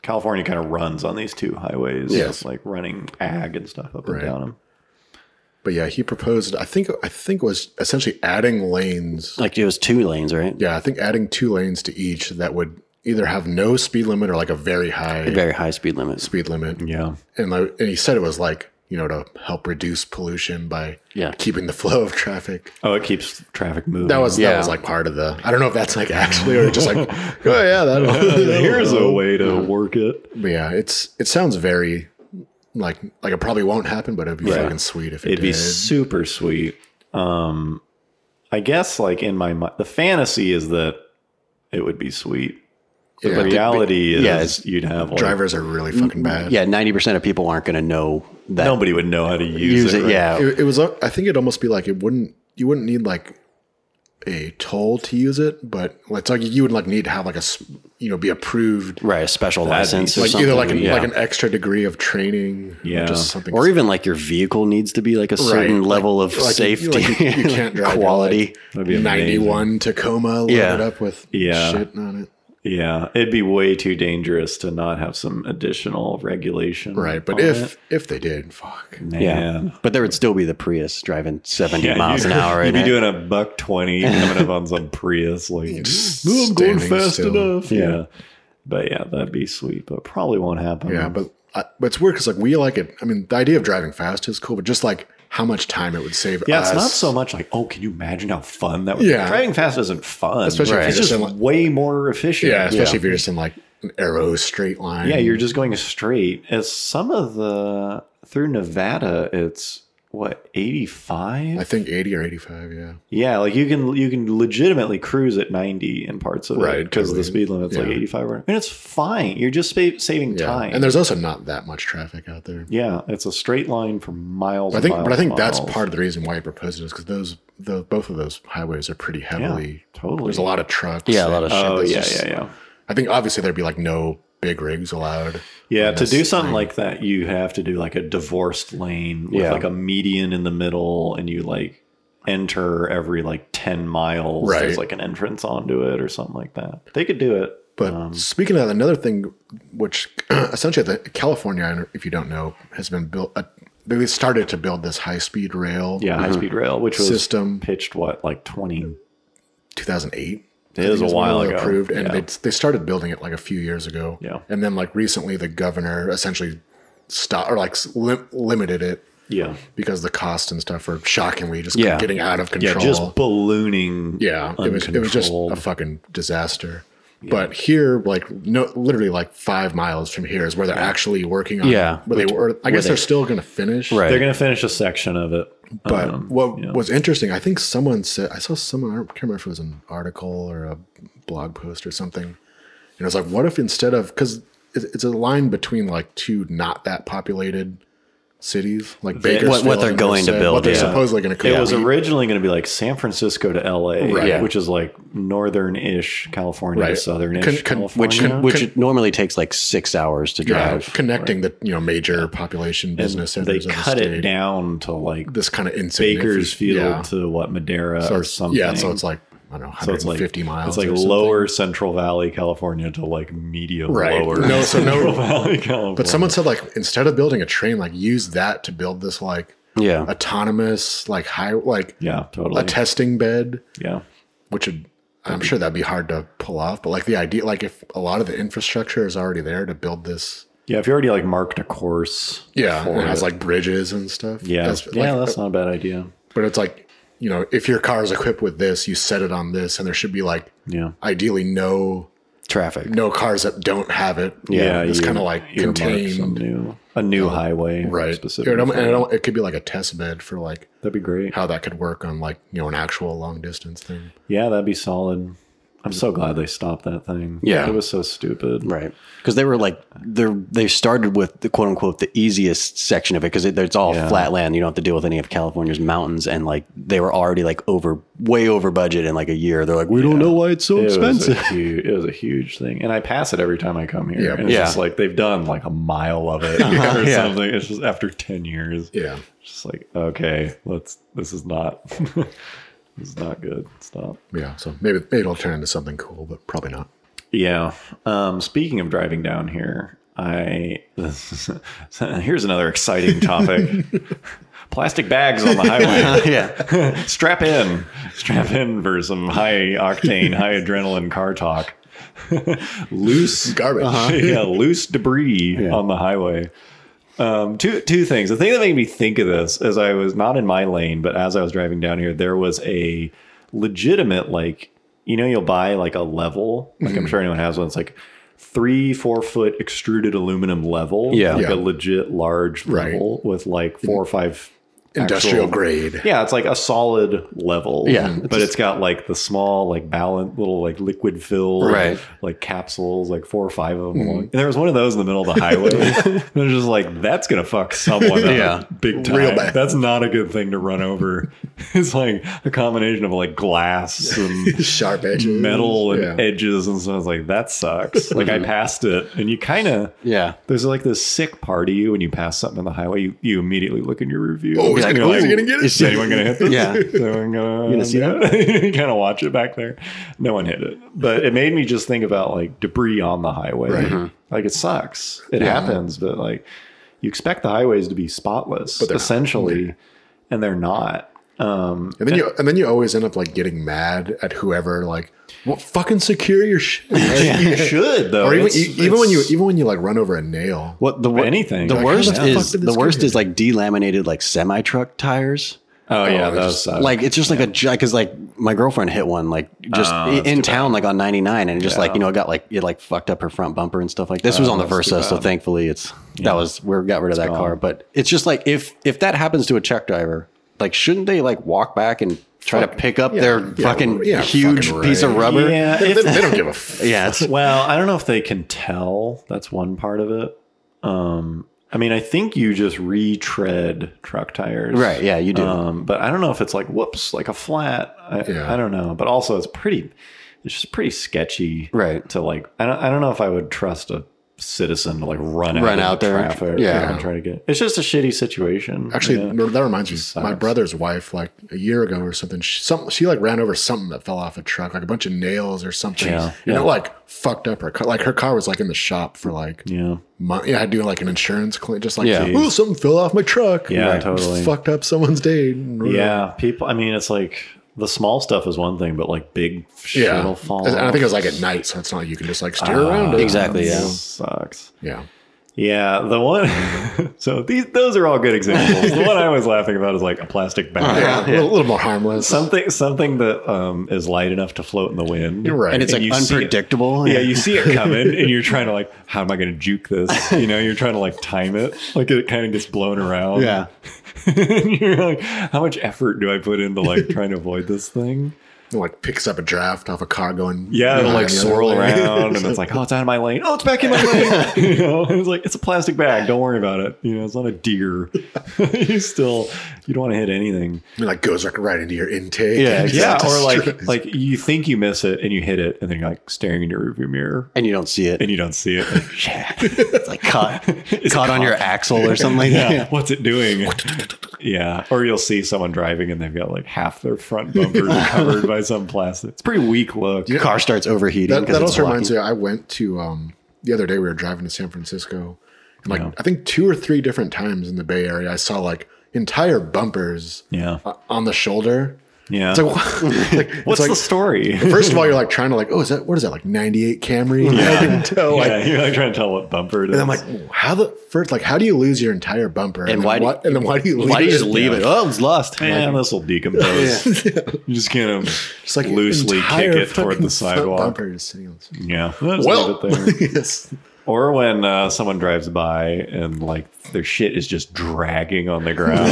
S2: California kind of runs on these two highways.
S3: Yes.
S2: like running ag and stuff up and
S3: Right.
S2: down them.
S3: but yeah, he proposed. I think I think it was essentially adding lanes.
S4: Like it was two lanes, right?
S3: Yeah, I think adding two lanes to each that would either have no speed limit or like a very high
S4: Very high speed limit.
S3: speed limit.
S2: Yeah,
S3: And like, and he said it was like you know to help reduce pollution by
S4: Yeah.
S3: keeping the flow of traffic.
S2: oh, it keeps traffic moving.
S3: That was that
S4: Yeah.
S3: was like part of the. I don't know if that's like actually or just like oh yeah that'll,
S2: here's a way to work it.
S3: But yeah, it's it sounds very like like it probably won't happen, but it'd be fucking sweet if it
S2: It'd
S3: did.
S2: be super sweet. Um, I guess like in my mind, the fantasy is that it would be sweet. The
S3: Yeah.
S2: reality is
S4: yeah, it's-
S2: you'd have like,
S3: Drivers are really fucking bad.
S4: Yeah, ninety percent of people aren't going to know that.
S2: nobody would know how to use,
S4: use it.
S2: right?
S4: Yeah,
S3: It, it was. uh, I think it'd almost be like it wouldn't. You wouldn't need like a toll to use it, but it's like you would like need to have like a s- you know be approved.
S4: right. A special
S2: That'd be-
S4: license, or
S3: Like
S4: something.
S3: either like an,
S4: yeah.
S3: like an extra degree of training, or
S2: Yeah.
S3: just something,
S4: or even like your vehicle needs to be like a certain
S3: Like-
S4: level of
S3: like, you-
S4: safety,
S3: you- like, you- you can't drive your,
S4: quality.
S2: That'd be amazing.
S3: ninety-one Tacoma loaded
S4: Yeah.
S3: up with
S2: Yeah.
S3: shit on it,
S2: Yeah, it'd be way too dangerous to not have some additional regulation.
S3: right? But
S2: on
S3: if
S2: it.
S3: if they did, fuck,
S4: Yeah.
S2: man.
S4: But there would still be the Prius driving 70 miles an hour.
S2: You'd
S4: in
S2: be
S4: it.
S2: doing a buck twenty coming up on some Prius, like "Oh, I'm going
S3: standing
S2: fast
S3: still.
S2: enough. Yeah. but yeah, that'd be sweet, but probably won't happen.
S3: Yeah, but I, but it's weird because like we like it. I mean, the idea of driving fast is cool, but just like how much time it would save.
S2: Yeah, it's
S3: us.
S2: not so much like, oh, can you imagine how fun that would be?
S3: Uh, Yeah.
S2: Driving fast isn't fun.
S3: Especially if
S2: Right.
S3: you're
S2: it's
S3: just
S2: just
S3: in, like-
S2: way more efficient.
S3: Yeah, especially if you're just in like an arrow straight line.
S2: Yeah, you're just going straight. As some of the through Nevada, it's what, eighty
S3: I
S2: five?
S3: think eighty or eighty-five. Yeah,
S2: Yeah, like you can you can legitimately cruise at ninety in parts of it
S3: Right,
S2: because
S3: totally.
S2: the speed limit's like
S3: Yeah.
S2: eighty five. And it's fine. You're just spa- saving
S3: yeah.
S2: time.
S3: And there's also not that much traffic out there.
S2: yeah, it's a straight line for miles.
S3: But I think,
S2: and
S3: but I
S2: miles and
S3: think that's
S2: miles.
S3: part of the reason why he proposed it is because those, the both of those highways are pretty heavily.
S2: totally.
S3: There's a lot of trucks.
S4: Yeah, a lot of
S3: and-
S4: shit
S2: Oh
S3: that's
S2: yeah,
S3: just-
S2: yeah, yeah.
S3: I think obviously there'd be like no big rigs allowed.
S2: Yeah, to
S3: Yes,
S2: do something
S3: I-
S2: like that, you have to do like a divorced lane with
S4: Yeah.
S2: like a median in the middle, and you like enter every like 10 miles.
S3: Right.
S2: There's like an entrance onto it or something like that. They could do it.
S3: But speaking of that, another thing, which essentially the California, if you don't know, has been built. Uh, they started to build this high-speed rail.
S2: Yeah, high speed rail, which was
S3: Mm-hmm. System.
S2: pitched what, like 20?
S3: 2008.
S2: It is a while ago.
S3: Approved, and
S2: yeah.
S3: they they started building it like a few years ago.
S2: Yeah.
S3: and then like recently, the governor essentially stopped or like s- lim- limited it
S2: Yeah.
S3: because the cost and stuff are shockingly just
S4: Yeah.
S3: getting out of
S2: Yeah,
S3: control.
S2: just ballooning.
S3: Yeah, it was it was just a
S2: uncontrolled.
S3: fucking disaster. But here, like no, literally like five miles from here is where they're actually working on.
S4: Yeah.
S3: where they were. I guess they, are still going to finish.
S4: Right.
S2: They're going to finish a section of it.
S3: But
S2: Um,
S3: what
S2: yeah.
S3: was interesting, I think someone said I saw someone. I don't- can't remember if it was an article or a blog post or something. And I was like, what if instead of because it's a line between like two not that populated cities, like Bakersfield,
S4: what they're
S3: and
S4: going to
S3: Merced,
S4: build,
S3: what they're
S4: yeah.
S3: supposedly going to
S2: It
S3: create.
S2: was originally going to be like San Francisco to LA,
S3: Right.
S4: Yeah.
S2: which is like northern ish California
S3: Right.
S2: to southern
S3: Con-
S2: ish
S3: con-
S2: California.
S4: which
S3: Con-
S4: which
S3: con-
S4: it normally takes like six hours to
S3: Yeah,
S4: drive.
S3: connecting the you know major population business
S2: and they
S3: centers of the
S2: cut it
S3: state.
S2: down to like
S3: this kind of insignificant
S2: Bakersfield
S3: yeah.
S2: to what Madeira
S3: so
S2: or
S3: it's-
S2: something.
S3: Yeah, so it's like I don't know,
S2: So it's
S3: 150
S2: like
S3: miles.
S2: It's like
S3: or something.
S2: lower Central Valley, California to like medium
S3: Right.
S2: lower
S3: No, so no-
S2: Central Valley, California.
S3: But someone said like instead of building a train, like use that to build this like
S4: yeah.
S3: autonomous like high like
S2: yeah,
S3: a
S2: totally,
S3: testing bed,
S2: yeah,
S3: which would I'm sure that'd be hard to pull off. But like the idea, like if a lot of the infrastructure is already there to build this.
S2: yeah. If you already like marked a course,
S3: Yeah, and
S2: for
S3: it has
S2: it.
S3: like bridges and stuff.
S2: yeah,
S3: that's,
S2: yeah,
S3: like,
S2: that's not a bad idea.
S3: But it's like, you know, if your car is equipped with this, you set it on this, and there should be like
S2: Yeah,
S3: ideally no
S4: Traffic.
S3: no cars that don't have it.
S2: yeah,
S3: it's
S2: you
S3: kind of like
S2: earmark some
S3: contained,
S2: new a new highway,
S3: right?
S2: Specifically,
S3: It, almo-
S2: for
S3: and it,
S2: it.
S3: al- it could be like a test bed for like
S2: that'd be great.
S3: how that could work on like you know an actual long distance thing.
S2: Yeah, that'd be solid. I'm so glad they stopped that thing.
S4: Yeah.
S2: it was so stupid.
S4: Right. Because they were like, they're, they started with the quote unquote the easiest section of it because it, it's all
S2: Yeah.
S4: flat land. You don't have to deal with any of California's mountains. And like, they were already like over, way over budget in like a year. They're like, we don't know why it's so
S2: It was, a
S4: expensive.
S2: huge, it was a huge thing, and I pass it every time I come here.
S3: Yeah.
S2: and it's
S4: Yeah. Uh-huh.
S2: just like they've done like a mile of it or
S4: Yeah.
S2: something. It's just after ten years,
S3: Yeah,
S2: just like okay, let's. This is not. this is not good. Stop.
S3: yeah. So maybe maybe it'll turn into something cool, but probably not.
S2: Yeah. Um, speaking of driving down here, I here's another exciting topic: plastic bags on the highway.
S4: yeah.
S2: strap in strap in for some high octane high adrenaline car talk loose
S3: Garbage.
S2: Uh-huh. yeah loose debris on the highway um, two two things. The thing that made me think of this as I was not in my lane, but as I was driving down here, there was a legitimate like you know you'll buy like a level like
S3: Mm-hmm.
S2: I'm sure anyone has one. It's like three four foot extruded aluminum level,
S4: Yeah.
S2: like a
S3: Yeah.
S2: legit large
S3: Right.
S2: level with like four or five
S3: Industrial
S2: actual-
S3: grade.
S2: yeah, it's like a solid level. Mm-hmm.
S4: Yeah.
S2: But it's got like the small, like balance, little like liquid filled,
S4: Right. Mm-hmm.
S2: like capsules, like four or five of them. And there was one of those in the middle of the highway. and I was just like, that's going to fuck someone up
S4: Yeah.
S2: big time.
S3: Real bad.
S2: That's not a good thing to run over. it's like a combination of like glass and
S3: Sharp edges,
S2: metal and
S3: yeah.
S2: edges. And so I was like, that sucks. like I passed it and you kind of,
S4: Yeah.
S2: there's like this sick part of you when you pass something on the highway. You, you immediately look in your review.
S3: Oh,
S2: You're
S3: is, it gonna, oh, is it
S2: like,
S3: gonna get
S4: Is
S3: it?
S4: it-
S2: anyone gonna hit this?
S4: Yeah.
S2: Is anyone gonna,
S4: gonna see
S2: that? kind of watch it back there. No one hit it, but it made me just think about like debris on the highway.
S4: Mm-hmm.
S2: Like it sucks. It happens, but like you expect the highways to be spotless,
S3: they're not.
S2: essentially, and they're not. Um,
S3: And then you and then you always end up like getting mad at whoever like well, fucking secure your shit.
S2: you should though.
S3: Or even
S2: It's-
S3: e- even when you
S2: it's-
S3: even when you like run over a nail.
S4: What the
S2: anything.
S4: The
S2: Like, how
S4: worst
S3: the fuck
S4: is
S3: did
S4: the
S3: this go
S4: worst
S3: here?
S4: is like delaminated like semi truck tires.
S2: oh yeah,
S3: Oh,
S2: that
S3: it's
S2: sucks.
S4: like it's just like a because like my girlfriend hit one like just i- in town like on 99 and it just like you know it got like it like fucked up her front bumper and stuff like this was on the Versa so thankfully it's that was we got rid of that car but it's just like if if that happens to a check driver like shouldn't they like walk back and try to pick up their
S3: yeah,
S4: fucking
S3: yeah,
S4: huge
S3: fucking
S4: piece of
S3: right.
S4: rubber yeah,
S2: yeah,
S3: They,
S2: if-
S3: they- they don't give a f-
S4: it's
S2: well, I don't know if they can tell. That's one part of it. Um, I mean, I think you just retread truck tires,
S4: right yeah you do
S2: Um, but I don't know if it's like whoops, like a flat. I,
S3: Yeah.
S2: I don't know. But also, it's pretty. It's just pretty sketchy,
S4: Right.
S2: To like, I don't. I don't know if I would trust a citizen to like run,
S4: Run out
S2: out, into
S4: there.
S2: traffic
S4: Yeah.
S2: and try to get. It's just a shitty situation.
S3: Actually,
S2: Yeah.
S3: no, that reminds me. My
S2: sucks.
S3: brother's wife, like a year ago or something, she, some, she like ran over something that fell off a truck, like a bunch of nails or something,
S2: Yeah.
S3: and it like fucked up her car. Like her car was like in the shop for like
S2: yeah,
S3: mon- yeah, I do like an insurance claim, just like
S4: Yeah.
S3: oh something fell off my truck,
S2: Yeah,
S3: Right.
S2: totally.
S3: fucked up someone's day.
S2: yeah. People. I mean, it's like the small stuff is one thing, but like big shit
S3: yeah.
S2: will fall.
S3: And I think it
S2: off.
S3: was like at night, so it's not like you can just like steer around it.
S4: exactly yeah
S2: sucks.
S3: Yeah,
S2: Yeah, the one So these those are all good examples. the one I was laughing about is like a plastic bag.
S3: yeah, A, little, a little more harmless.
S2: Something something that um, is light enough to float in the wind.
S3: You're right.
S4: and it's
S2: And
S4: like
S2: you see it.
S4: unpredictable.
S2: Yeah, you see it coming, and you're trying to like, how am I going to juke this? You know, you're trying to like time it, like it kind of gets blown around.
S4: yeah.
S2: and you're like, how much effort do I put into like trying to avoid this thing?
S3: It, like picks up a draft off a cargo and
S2: Yeah, it'll like
S3: the other
S2: swirl
S3: way.
S2: around, and it's like, oh, it's out of my lane. Oh, it's back in my lane. you know, it's like it's a plastic bag. Don't worry about it. You know, it's not a deer. you still, you don't want to hit anything.
S3: It, like goes like right into your intake.
S4: Yeah,
S3: and just
S2: Yeah, or like
S3: destroys-
S2: like you think you miss it and you hit it, and then you're like staring in your rearview mirror.
S4: And you don't see it.
S2: And you don't see it.
S4: It's like caught
S2: It's
S4: caught on your axle or something like
S2: yeah.
S4: that.
S2: What's it doing? yeah. Or you'll see someone driving and they've got like half their front bumper covered by some plastic. It's a pretty weak look.
S4: The car starts overheating.
S3: that,
S4: 'cause
S3: that
S4: it's
S3: also
S4: lucky.
S3: reminds me. I went to um the other day. We were driving to San Francisco, and like
S2: Yeah.
S3: I think two or three different times in the Bay Area, I saw like entire bumpers
S2: Yeah.
S3: uh, on the shoulder.
S2: Yeah.
S3: It's like, what- like, it's
S2: What's
S3: like-
S2: the story?
S3: First of all, you're like trying to like, oh, is that what is that like 98 Camry? Oh, I can tell. Like,
S2: yeah, you're like trying to tell what bumper it is.
S3: and I'm like, how the first like how do you lose your entire bumper?
S4: And why do-
S3: what, and then why do you leave
S4: Why do you
S3: it?
S4: just leave it? Oh, it's lost.
S2: man, this will decompose. You just kind of
S3: It's like
S2: loosely kick
S3: entire
S2: it toward
S3: fucking
S2: the
S3: front
S2: sidewalk.
S3: Bumper just sitting on the
S2: Yeah. Just
S3: well,
S2: leave it there.
S3: yes.
S2: Or when uh, someone drives by and like their shit is just dragging on the ground,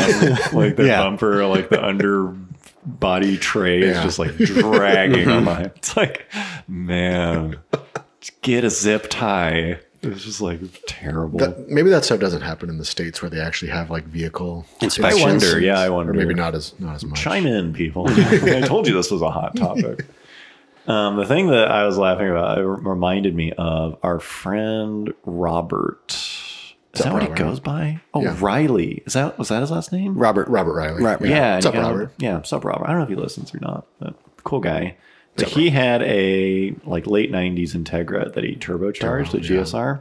S2: like the
S4: Yeah.
S2: bumper, like the underbody tray is
S3: Yeah. Mm-hmm.
S2: just like dragging on my. It's like, man, just get a zip tie. It's just like terrible.
S3: That, maybe that stuff doesn't happen in the states where they actually have like vehicle
S4: Inspections.
S2: I wonder, yeah, I wonder.
S3: Or maybe not as not as much.
S2: Chime in, people. I told you this was a hot topic. Um, the thing that I was laughing about it reminded me of our friend Robert. Is that what he
S3: Robert?
S2: goes by? Oh,
S3: Yeah.
S2: Riley. Is that was that his last name?
S4: Robert.
S3: Robert Riley.
S4: Right,
S3: Yeah.
S4: yeah.
S2: Yeah,
S3: What's
S2: and
S3: up,
S2: you gotta-
S3: Robert?
S2: Yeah, what's up, Robert? I don't know if he listens or not, but cool guy. But he had a like late '90s Integra that he turbocharged
S3: Oh,
S2: the GSR,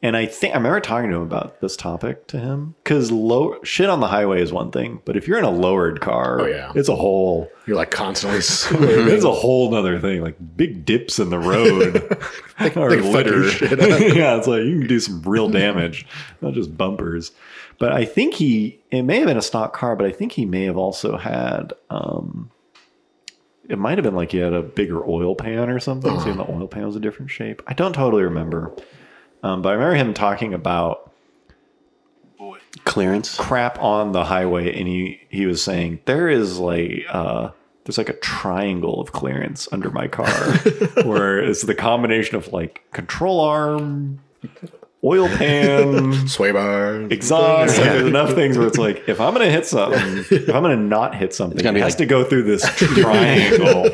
S2: and I think I remember talking to him about this topic to him because low shit on the highway is one thing, but if you're in a lowered car,
S3: Oh, yeah.
S2: it's a whole
S3: You're like constantly
S2: it's a whole nother thing. Like big dips in the road or
S3: they fuck
S2: litter.
S3: your shit
S2: yeah, it's like you can do some real damage, not just bumpers. But I think he it may have been a stock car, but I think he may have also had um it might have been like he had a bigger oil pan or something. So even the oil pan was a different shape. I don't totally remember. Um, but I remember him talking about
S4: Clearance.
S2: crap on the highway and he he was saying there is like uh there's like a triangle of clearance under my car where it's the combination of like control arm oil pan
S3: sway bar.
S2: exhaust like, there's enough things where it's like if i'm gonna hit something if i'm gonna not hit something it
S4: gotta be
S2: has
S4: like-
S2: to go through this triangle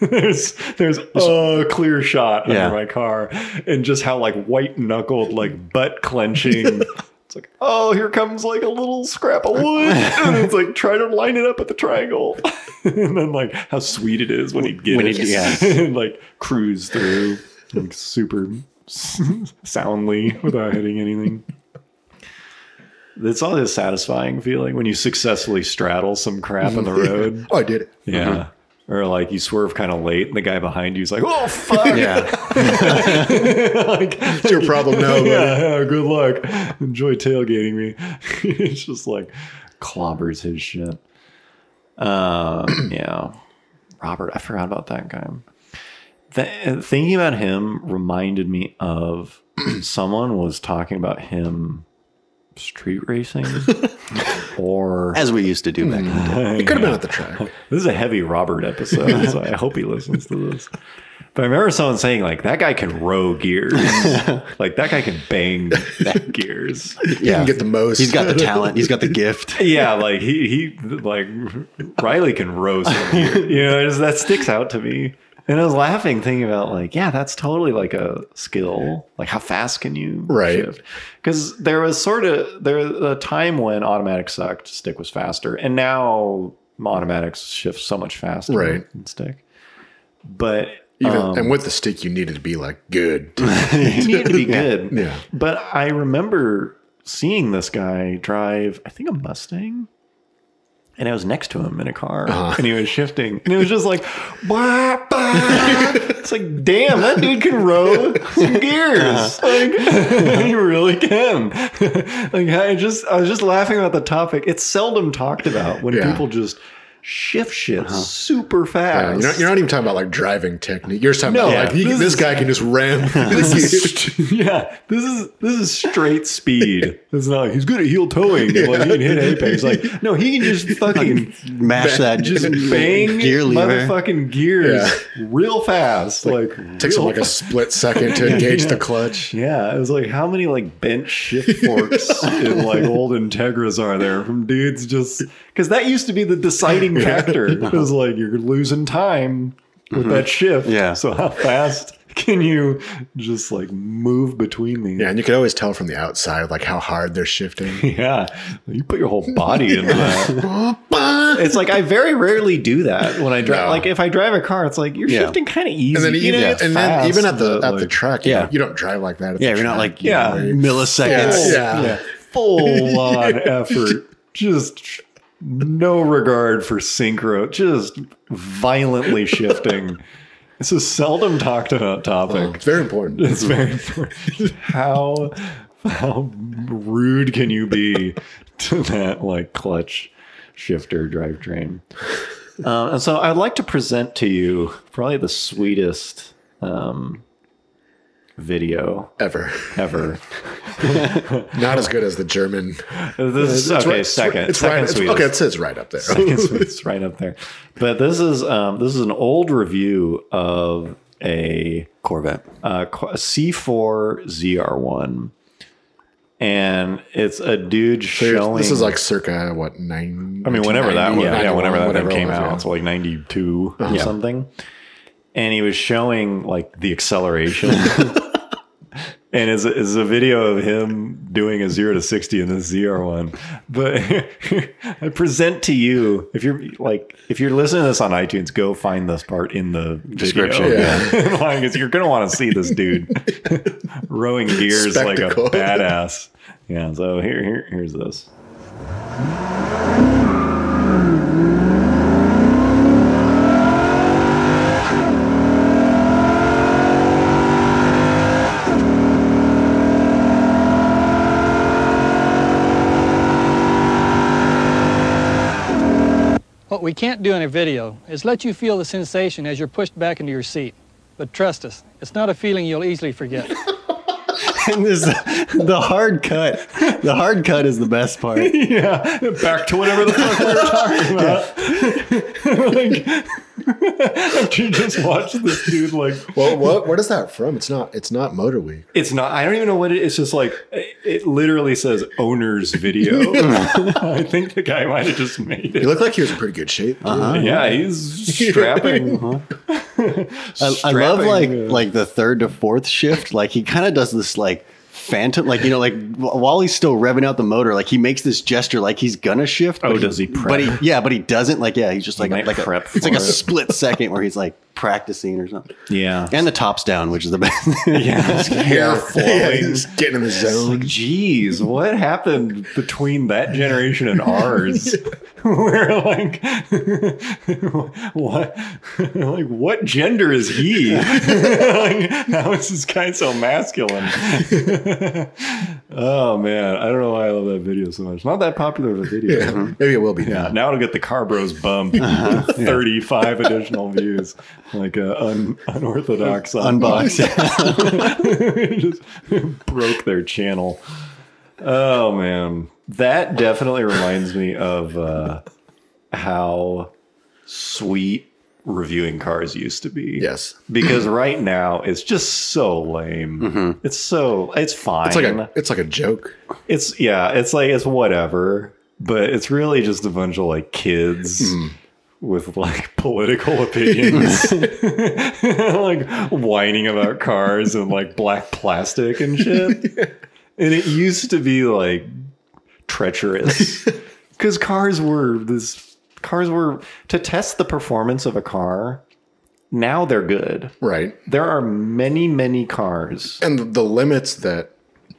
S2: there's there's a clear shot
S4: Yeah.
S2: under my car and just how like white knuckled like butt clenching it's like oh here comes like a little scrap of wood and it's like try to line it up at the triangle and then like how sweet it is when you get
S4: When
S2: it,
S4: it- yeah.
S2: and like cruise through like super soundly without hitting anything it's always a satisfying feeling when you successfully straddle some crap on the road.
S3: Oh, I did it.
S2: Yeah. Or like you swerve kind of late and the guy behind you's like, oh, fuck.
S4: Yeah.
S2: like,
S3: It's your problem now, buddy.
S2: yeah, yeah, good luck. Enjoy tailgating me. it's just like clobbers his shit. Um, yeah. Robert, I forgot about that guy. Th- thinking about him reminded me of someone was talking about him street racing or
S4: As we used to do back.
S2: Hmm.
S4: then.
S3: It could have been at the track.
S2: this is a heavy Robert episode, so I hope he listens to this. But I remember someone saying, like, that guy can row gears. like, that guy can bang gears.
S3: You
S4: Yeah.
S3: can get the most.
S4: He's got the talent. He's got the gift.
S2: Yeah, like, he, he like, Riley can row some gears. You know, it's- that sticks out to me. And I was laughing, thinking about, like, yeah, that's totally like a skill. Like, how fast can you
S3: Right.
S2: Because there was sort of there was a time when automatic sucked, stick was faster, and now automatics shift so much faster
S3: Right.
S2: than stick. But
S3: Even,
S2: um,
S3: and with the stick, you needed to be like good. Uh,
S2: it needed to be good.
S3: yeah.
S2: But I remember seeing this guy drive, I think a Mustang. and I was next to him in a car,
S3: Uh-huh.
S2: and he was shifting, and it was just like, bah, bah. it's like, damn, that dude can row
S3: Uh-huh.
S2: some gears. Like, he really can. like, I just, I was just laughing about the topic. It's seldom talked about when
S3: Yeah. Uh-huh.
S2: people just shift shit super fast.
S3: Yeah, you're, not, you're not even talking about like driving technique. You're just talking
S2: No,
S3: about like
S2: yeah.
S3: you-
S2: This
S3: this,
S2: is-
S3: guy can just ram.
S2: this is yeah. This is this is straight speed. It's not. He's good at heel towing. Like, he can hit apex. Like no, he can just fucking
S4: Mash that
S2: just bang
S4: gear lever.
S2: motherfucking gears real fast. Like,
S3: takes him
S2: real
S3: like a
S2: fast.
S3: split second to engage the clutch.
S2: yeah. It was like how many like bent shift forks in like old Integras are there from dudes just because that used to be the deciding factor. It was like you're losing time with that shift.
S4: Yeah.
S2: So how fast? Can you just like move between these?
S3: Yeah, and you could always tell from the outside like how hard they're shifting.
S2: Yeah, you put your whole body into that.
S3: and
S2: It's like I very rarely do that when I drive.
S3: No.
S2: Like if I drive a car, it's like you're
S4: Yeah.
S2: shifting kind of easy.
S3: then
S2: You
S3: even
S2: know, it's
S3: and then
S2: fast,
S3: even at the
S2: but,
S3: at the
S2: like,
S3: track, yeah,
S4: Yeah.
S3: you, don't drive like that. At
S4: Yeah,
S3: the
S4: you're not
S3: track.
S4: like
S2: Yeah.
S4: milliseconds.
S3: Yeah.
S2: yeah, full on effort, just no regard for synchro, just violently shifting. It's a seldom talked about topic.
S3: it's very important.
S2: It's very important. how how rude can you be to that like clutch shifter drivetrain? Um, and so I'd like to present to you probably the sweetest um, video
S3: Ever
S2: ever.
S3: not as good as the German.
S2: This is
S3: It's
S2: okay.
S3: right- it's
S2: second,
S3: right- It's
S2: second
S3: right. It's,
S2: sweetest.
S3: okay, it's, it's right up there.
S2: It's- it's right up there. But this is um, this is an old review of a
S4: Corvette.
S2: uh, qu- a C4 ZR1, and it's a dude showing.
S3: This is like circa what nine?
S2: I mean, whenever that was, yeah,
S3: 91,
S2: whenever that
S3: whatever
S2: thing
S3: it
S2: came
S3: was,
S2: out,
S3: yeah.
S2: it's like '92 or something. And he was showing like the acceleration. And it's a, it's a video of him doing a zero to 60 in the ZR1. But I present to you, if you're like, if you're listening to this on iTunes, go find this part in the
S4: Description,
S2: video. like, it's- you're going to want to see this dude rowing gears
S3: Spectacle.
S2: like a badass. Yeah. So here, here, here's this.
S7: What we can't do in a video is let you feel the sensation as you're pushed back into your seat. But trust us, it's not a feeling you'll easily forget.
S4: And this, the hard cut. The hard cut is the best part.
S2: Yeah, back to whatever the fuck we were talking about. like, you just watch this dude like
S3: Well, what what is that from? It's not. It's not Motor Week.
S2: it's not. I don't even know what it. It's just like it, it literally says owner's video. I think the guy might have just made
S3: He
S2: it.
S3: looked like he was in pretty good shape. dude.
S2: yeah, he's strapping.
S4: I, I love
S2: strapping,
S4: like
S2: uh,
S4: like the third to fourth shift. Like he kind of does this like phantom, like you know, like wh- while he's still revving out the motor, like he makes this gesture, like he's gonna shift.
S2: Oh,
S4: but
S2: does he prep?
S4: But he, yeah, but he doesn't. Like yeah, he's just like a-
S2: might
S4: like a,
S2: prep
S4: it's like
S2: for
S4: a
S2: it.
S4: split second where he's like practicing or something.
S2: Yeah,
S4: And the tops down, which is the best.
S2: yeah.
S3: Yeah, yeah, he's getting in the zone.
S2: Like, geez, what happened between that generation and ours? Where like, what, like, what gender is he? like, how is this guy so masculine? oh man, I don't know why I love that video so much. Not that popular of a video.
S3: Yeah, Mm-hmm. Uh-huh. maybe it will be.
S2: Yeah,
S3: now.
S2: now it'll get the Car Bros bump. 35 additional views. Like a un- unorthodox
S4: Unbox.
S2: just broke their channel. Oh man, that definitely reminds me of uh, how sweet reviewing cars used to be.
S3: Yes.
S2: because right now it's just so lame. It's so it's fine.
S3: Mm-hmm. It's like a it's like a joke.
S2: It's yeah, it's like it's whatever, but it's really just a bunch of like kids with like political opinions, like whining about cars and like black plastic and shit. And it used to be like treacherous because cars were this cars were to test the performance of a car. Now they're good.
S3: Right.
S2: There are many, many cars.
S3: And the, the limits that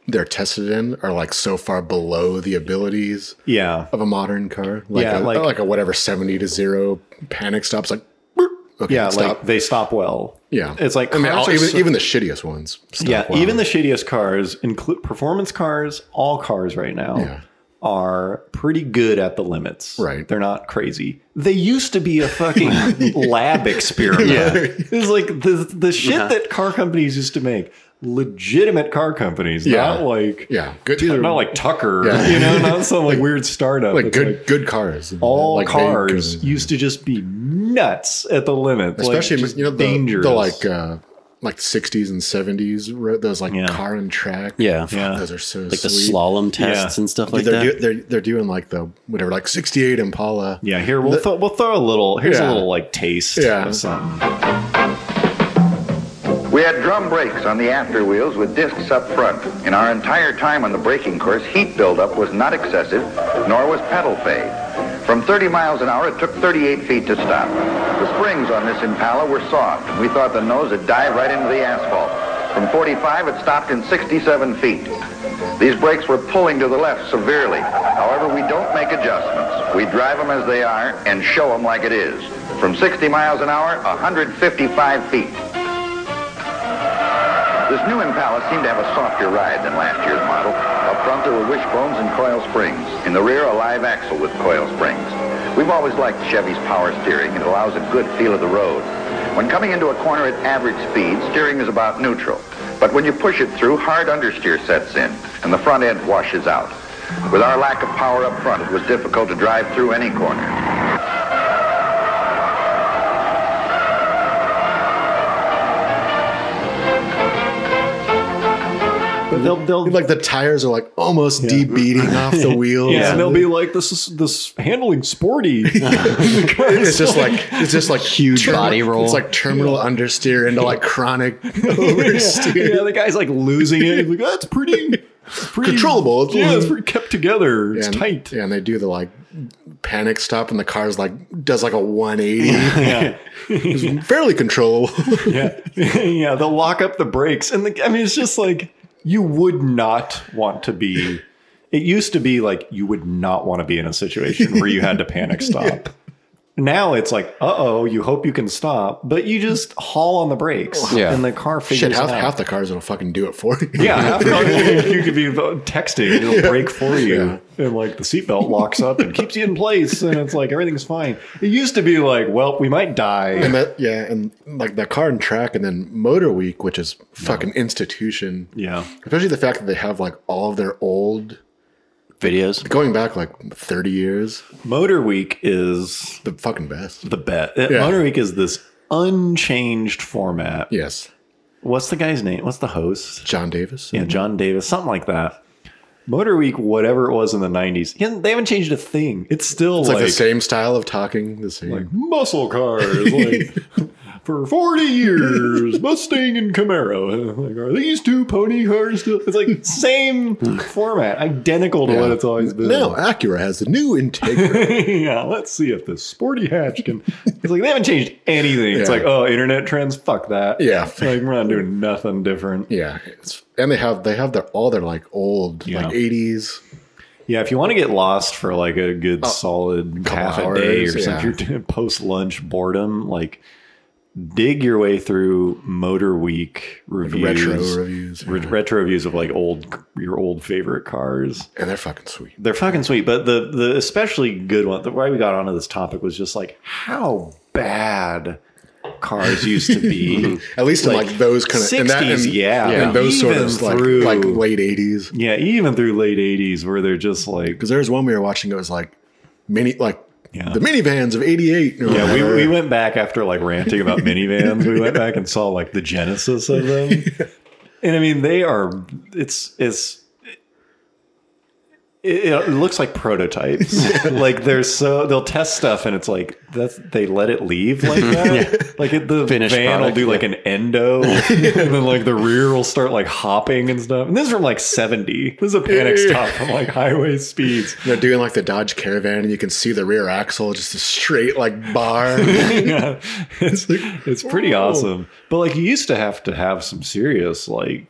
S3: they're tested in are like so far below the abilities
S2: Yeah.
S3: of a modern car. Like
S2: Yeah,
S3: a,
S2: like-
S3: like, a whatever seventy to zero panic stops like. boop. Okay,
S2: Yeah,
S3: stop.
S2: like they stop well.
S3: yeah,
S2: It's like
S3: I mean,
S2: cars
S3: all,
S2: are
S3: even,
S2: so-
S3: even the shittiest ones. stop
S2: yeah,
S3: well.
S2: even the shittiest cars, include performance cars, all cars right now
S3: Yeah.
S2: are pretty good at the limits.
S3: Right.
S2: They're not crazy. They used to be a fucking lab experiment. It's like the the shit that car companies used to make. Legitimate car companies,
S3: Yeah.
S2: not like
S3: yeah, good,
S2: not like Tucker,
S3: Yeah.
S2: you know, not some like weird startup.
S3: like
S2: It's
S3: good good cars.
S2: all
S3: Like, they
S2: cars
S3: could-
S2: used to just be nuts at the limit, like,
S3: especially
S2: just
S3: you know the,
S2: dangerous.
S3: the like uh, like sixties and seventies those like
S2: Yeah.
S3: car and track.
S4: Yeah.
S2: Yeah.
S3: those are so
S4: Like the
S3: sweet.
S4: slalom tests
S2: Yeah.
S4: and stuff
S3: Dude,
S4: like
S3: they're,
S4: that.
S3: do, they're they're doing like the whatever like sixty eight Impala.
S2: yeah, here we'll th- we'll throw a little. Here's a
S3: Yeah.
S2: little like taste
S3: Yeah.
S2: of something.
S8: We had drum brakes on the after wheels with discs up front. In our entire time on the braking course, heat buildup was not excessive, nor was pedal fade. From 30 miles an hour, it took 38 feet to stop. The springs on this Impala were soft, and we thought the nose would dive right into the asphalt. From 45, it stopped in 67 feet. These brakes were pulling to the left severely. However, we don't make adjustments. We drive them as they are and show them like it is. From 60 miles an hour, 155 feet. This new Impala seemed to have a softer ride than last year's model. Up front, there were wishbones and coil springs. In the rear, a live axle with coil springs. We've always liked Chevy's power steering. It allows a good feel of the road. When coming into a corner at average speed, steering is about neutral. But when you push it through, hard understeer sets in, and the front end washes out. With our lack of power up front, it was difficult to drive through any corner.
S2: But they'll they'll
S3: Like the tires are like almost de-beating off the wheels.
S2: Yeah, and they'll be like, "This is this handling sporty." it's
S3: It's just like it's just like huge
S4: body roll.
S3: It's like terminal understeer into like chronic oversteer.
S2: yeah, the guy's like losing it. He's like, "That's pretty, pretty
S3: Controllable. It's-
S2: yeah, it's pretty kept together. It's
S3: and,
S2: tight."
S3: Yeah, and they do the like panic stop, and the car's like does like a one eighty.
S2: Yeah.
S3: It's fairly controllable.
S2: yeah, yeah. They'll lock up the brakes, and the, I mean, it's just like you would not want to be. It used to be like you would not want to be in a situation where you had to panic stop. Now it's like, uh oh, you hope you can stop, but you just haul on the brakes,
S4: Yeah.
S2: and the car figures
S3: Shit, half,
S2: it out.
S3: half the cars will fucking do it for you.
S2: yeah, half the time you could be texting, it'll break for you, and like the seatbelt locks up and keeps you in place, and it's like everything's fine. It used to be like, well, we might die.
S3: And that, yeah, and like that car and track, and then Motor Week, which is fucking institution.
S2: Yeah,
S3: Especially the fact that they have like all of their old,
S4: Videos.
S3: going back like thirty years,
S2: Motor Week is
S3: the fucking best.
S2: the bet. Uh,
S3: Yeah.
S2: Motor Week is this unchanged format.
S3: Yes,
S2: What's the guy's name? What's the host?
S3: John Davis.
S2: Yeah, John Davis, something like that. Motor Week, whatever it was in the nineties, he hasn't- they haven't changed a thing. It's still
S3: It's
S2: like,
S3: like, the same style of talking. The same.
S2: muscle cars, like for forty years, Mustang and Camaro. Like, are these two pony cars still? It's like same format, identical to
S3: Yeah.
S2: what it's always been.
S3: No, Acura has the new Integra.
S2: yeah, let's see if this sporty hatch can. It's like they haven't changed anything. It's
S3: Yeah.
S2: like, oh, internet trends, fuck that.
S3: Yeah.
S2: like we're not doing nothing different.
S3: yeah, it's, and they have they have their all their like old
S2: Yeah.
S3: like eighties.
S2: Yeah, if you want to get lost for like a good solid
S3: Oh, couple
S2: half a day
S3: hours,
S2: or
S3: yeah.
S2: something, post lunch boredom, like dig your way through Motor Week reviews,
S3: retro reviews,
S2: re-
S3: yeah.
S2: retro reviews of like old your old favorite cars.
S3: and they're fucking sweet.
S2: They're fucking sweet, but the the especially good one. The why we got onto this topic was just like how bad cars used to be.
S3: At least in like those kind of and that
S2: 60s,
S3: and,
S2: yeah.
S3: and
S2: Yeah.
S3: those sort
S2: Even
S3: of like,
S2: through-
S3: like late eighties.
S2: yeah, even through late '80s, where they're just like
S3: Because there was one we were watching. It was like mini like
S2: Yeah.
S3: the minivans of eighty eight.
S2: Yeah, we, we went back after like ranting about minivans. We went back and saw like the genesis of them. And I mean, they are. It's it's. It, it looks like prototypes. like they're so they'll test stuff, and it's like that's they let it leave like that. Like it, the
S4: Finished
S2: van
S4: product,
S2: will do
S4: yeah.
S2: like an endo, and then like the rear will start like hopping and stuff. And this is from like seventy. This is a panic stop from like highway speeds.
S3: They're doing like the Dodge Caravan, and you can see the rear axle, just a straight like bar.
S2: yeah, it's it's pretty awesome. But like you used to have to have some serious like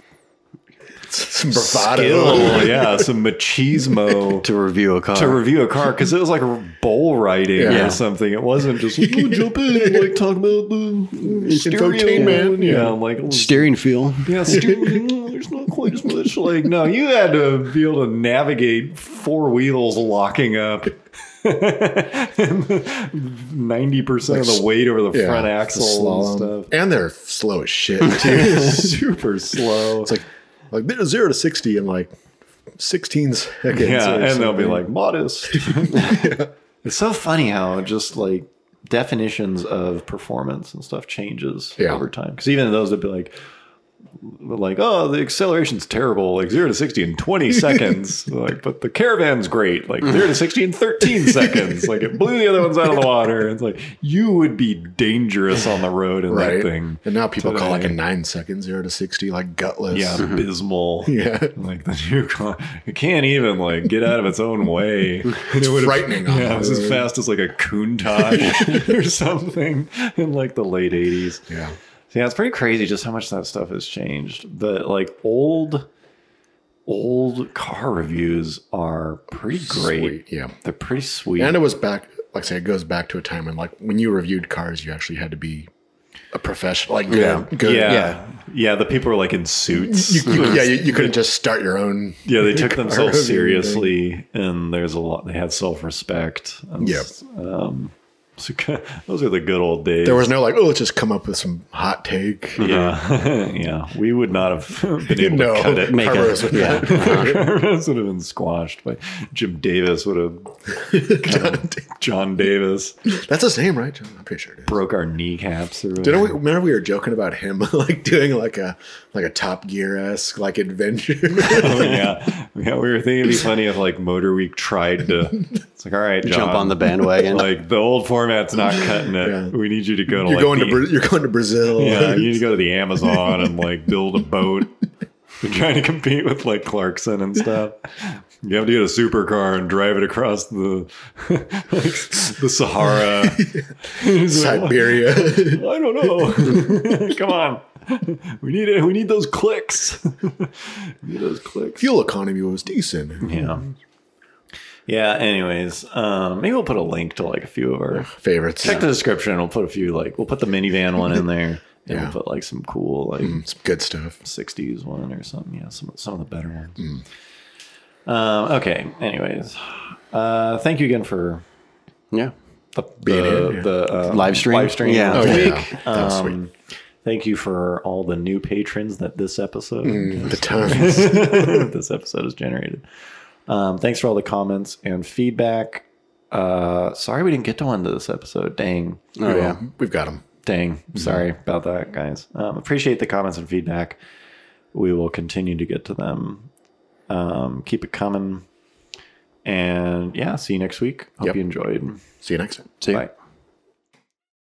S3: Some bravado.
S2: skill, yeah, some machismo
S4: to review a car.
S2: to review a car because it was like bull riding
S4: Yeah.
S2: or something. It wasn't just like, oh, jump in and like talk about the stereo.
S3: Infotainment,
S2: Yeah.
S3: yeah.
S2: I'm like, oh,
S4: Steering feel.
S2: yeah, steering. mm, There's not quite as much. Like, no, you had to be able to navigate four wheels locking up. Ninety percent of the weight over the
S3: Yeah,
S2: front
S3: the
S2: axle and
S3: slalom.
S2: stuff.
S3: And they're slow as shit too.
S2: Super slow.
S3: it's like like they're zero to sixty in like sixteen seconds.
S2: yeah,
S3: or
S2: and they'll be
S3: something.
S2: like modest. It's so funny how just like definitions of performance and stuff changes
S3: Yeah.
S2: over time. Because even those would be like, like oh the acceleration's terrible, like zero to sixty in twenty seconds, like but the caravan's great, like zero to sixty in thirteen seconds, like it blew the other ones out of the water. It's like you would be dangerous on the road in
S3: right.
S2: that thing.
S3: And now people call like a
S2: today.
S3: nine second zero to sixty like gutless.
S2: Yeah, abysmal.
S3: Yeah.
S2: Like the new car, it can't even like get out of its own way. It's
S3: frightening on
S2: Yeah,
S3: the
S2: it was as
S3: road.
S2: fast as like a Countach or something in like the late eighties.
S3: Yeah.
S2: Yeah, it's pretty crazy just how much that stuff has changed. But like old, old car reviews are pretty great.
S3: Sweet, yeah.
S2: they're pretty sweet.
S3: And it was back like I say, it goes back to a time when like when you reviewed cars you actually had to be a professional like good, good
S2: yeah. yeah, the people were like in suits.
S3: You, you- yeah, you, you couldn't just start your own.
S2: yeah they took themselves
S3: review
S2: seriously and there's a lot they had self-respect and,
S3: Yep.
S2: um so ki- those are the good old days
S3: There was no like, oh, let's just come up with some hot take.
S2: yeah yeah we would not have been able
S3: No,
S2: to cut it
S4: Make
S3: Carver
S4: a-
S3: was-
S4: yeah.
S2: Carveros would have been squashed by jim davis would have john davis
S3: That's his name, right? John? I'm pretty sure it is.
S2: broke our kneecaps or
S3: Didn't we
S2: whatever.
S3: remember we were joking about him like doing like a like a Top Gear esque like adventure?
S2: Oh, yeah yeah we were thinking it'd be funny if like motor week tried to it's like all right
S4: Jump
S2: John,
S4: on the bandwagon.
S2: like the old format's not cutting it
S3: Yeah.
S2: we need you to go to
S3: you're
S2: like
S3: going
S2: the
S3: to Bra- you're going to Brazil.
S2: Yeah, you need to go to the Amazon and like build a boat. They're trying to compete with like Clarkson and stuff. You have to get a supercar and drive it across the like, the Sahara.
S3: Siberia.
S2: I don't know. Come on, we need it. We need those clicks. we need those clicks.
S3: Fuel economy was decent.
S2: Yeah. Yeah. Anyways, um, maybe we'll put a link to like a few of our
S3: Favorites.
S2: check the description. We'll put a few like we'll put the minivan one in there. And
S3: Yeah.
S2: we'll put like some cool like
S3: Some good stuff.
S2: 60s one or something. Yeah, some some of the better ones.
S4: Mm.
S2: Um, okay. Anyways, uh, thank you again for
S4: yeah.
S2: the
S3: Being
S2: the,
S3: in, yeah.
S2: the um,
S4: Live stream?
S2: Live stream.
S4: Yeah.
S3: Oh
S2: last
S3: yeah,
S2: week.
S3: that was sweet.
S2: Um, Thank you for all the new patrons that this episode
S4: Mm.
S3: The tons.
S2: this episode has generated. Um, thanks for all the comments and feedback. Uh, sorry we didn't get to one to this episode. Dang.
S4: Oh, yeah.
S3: We've got them.
S2: Dang, sorry about that, guys. Um, appreciate the comments and feedback. We will continue to get to them. Um, keep it coming. And yeah, see you next week. Hope
S3: Yep.
S2: you enjoyed.
S3: See you next time.
S4: See?
S2: Bye.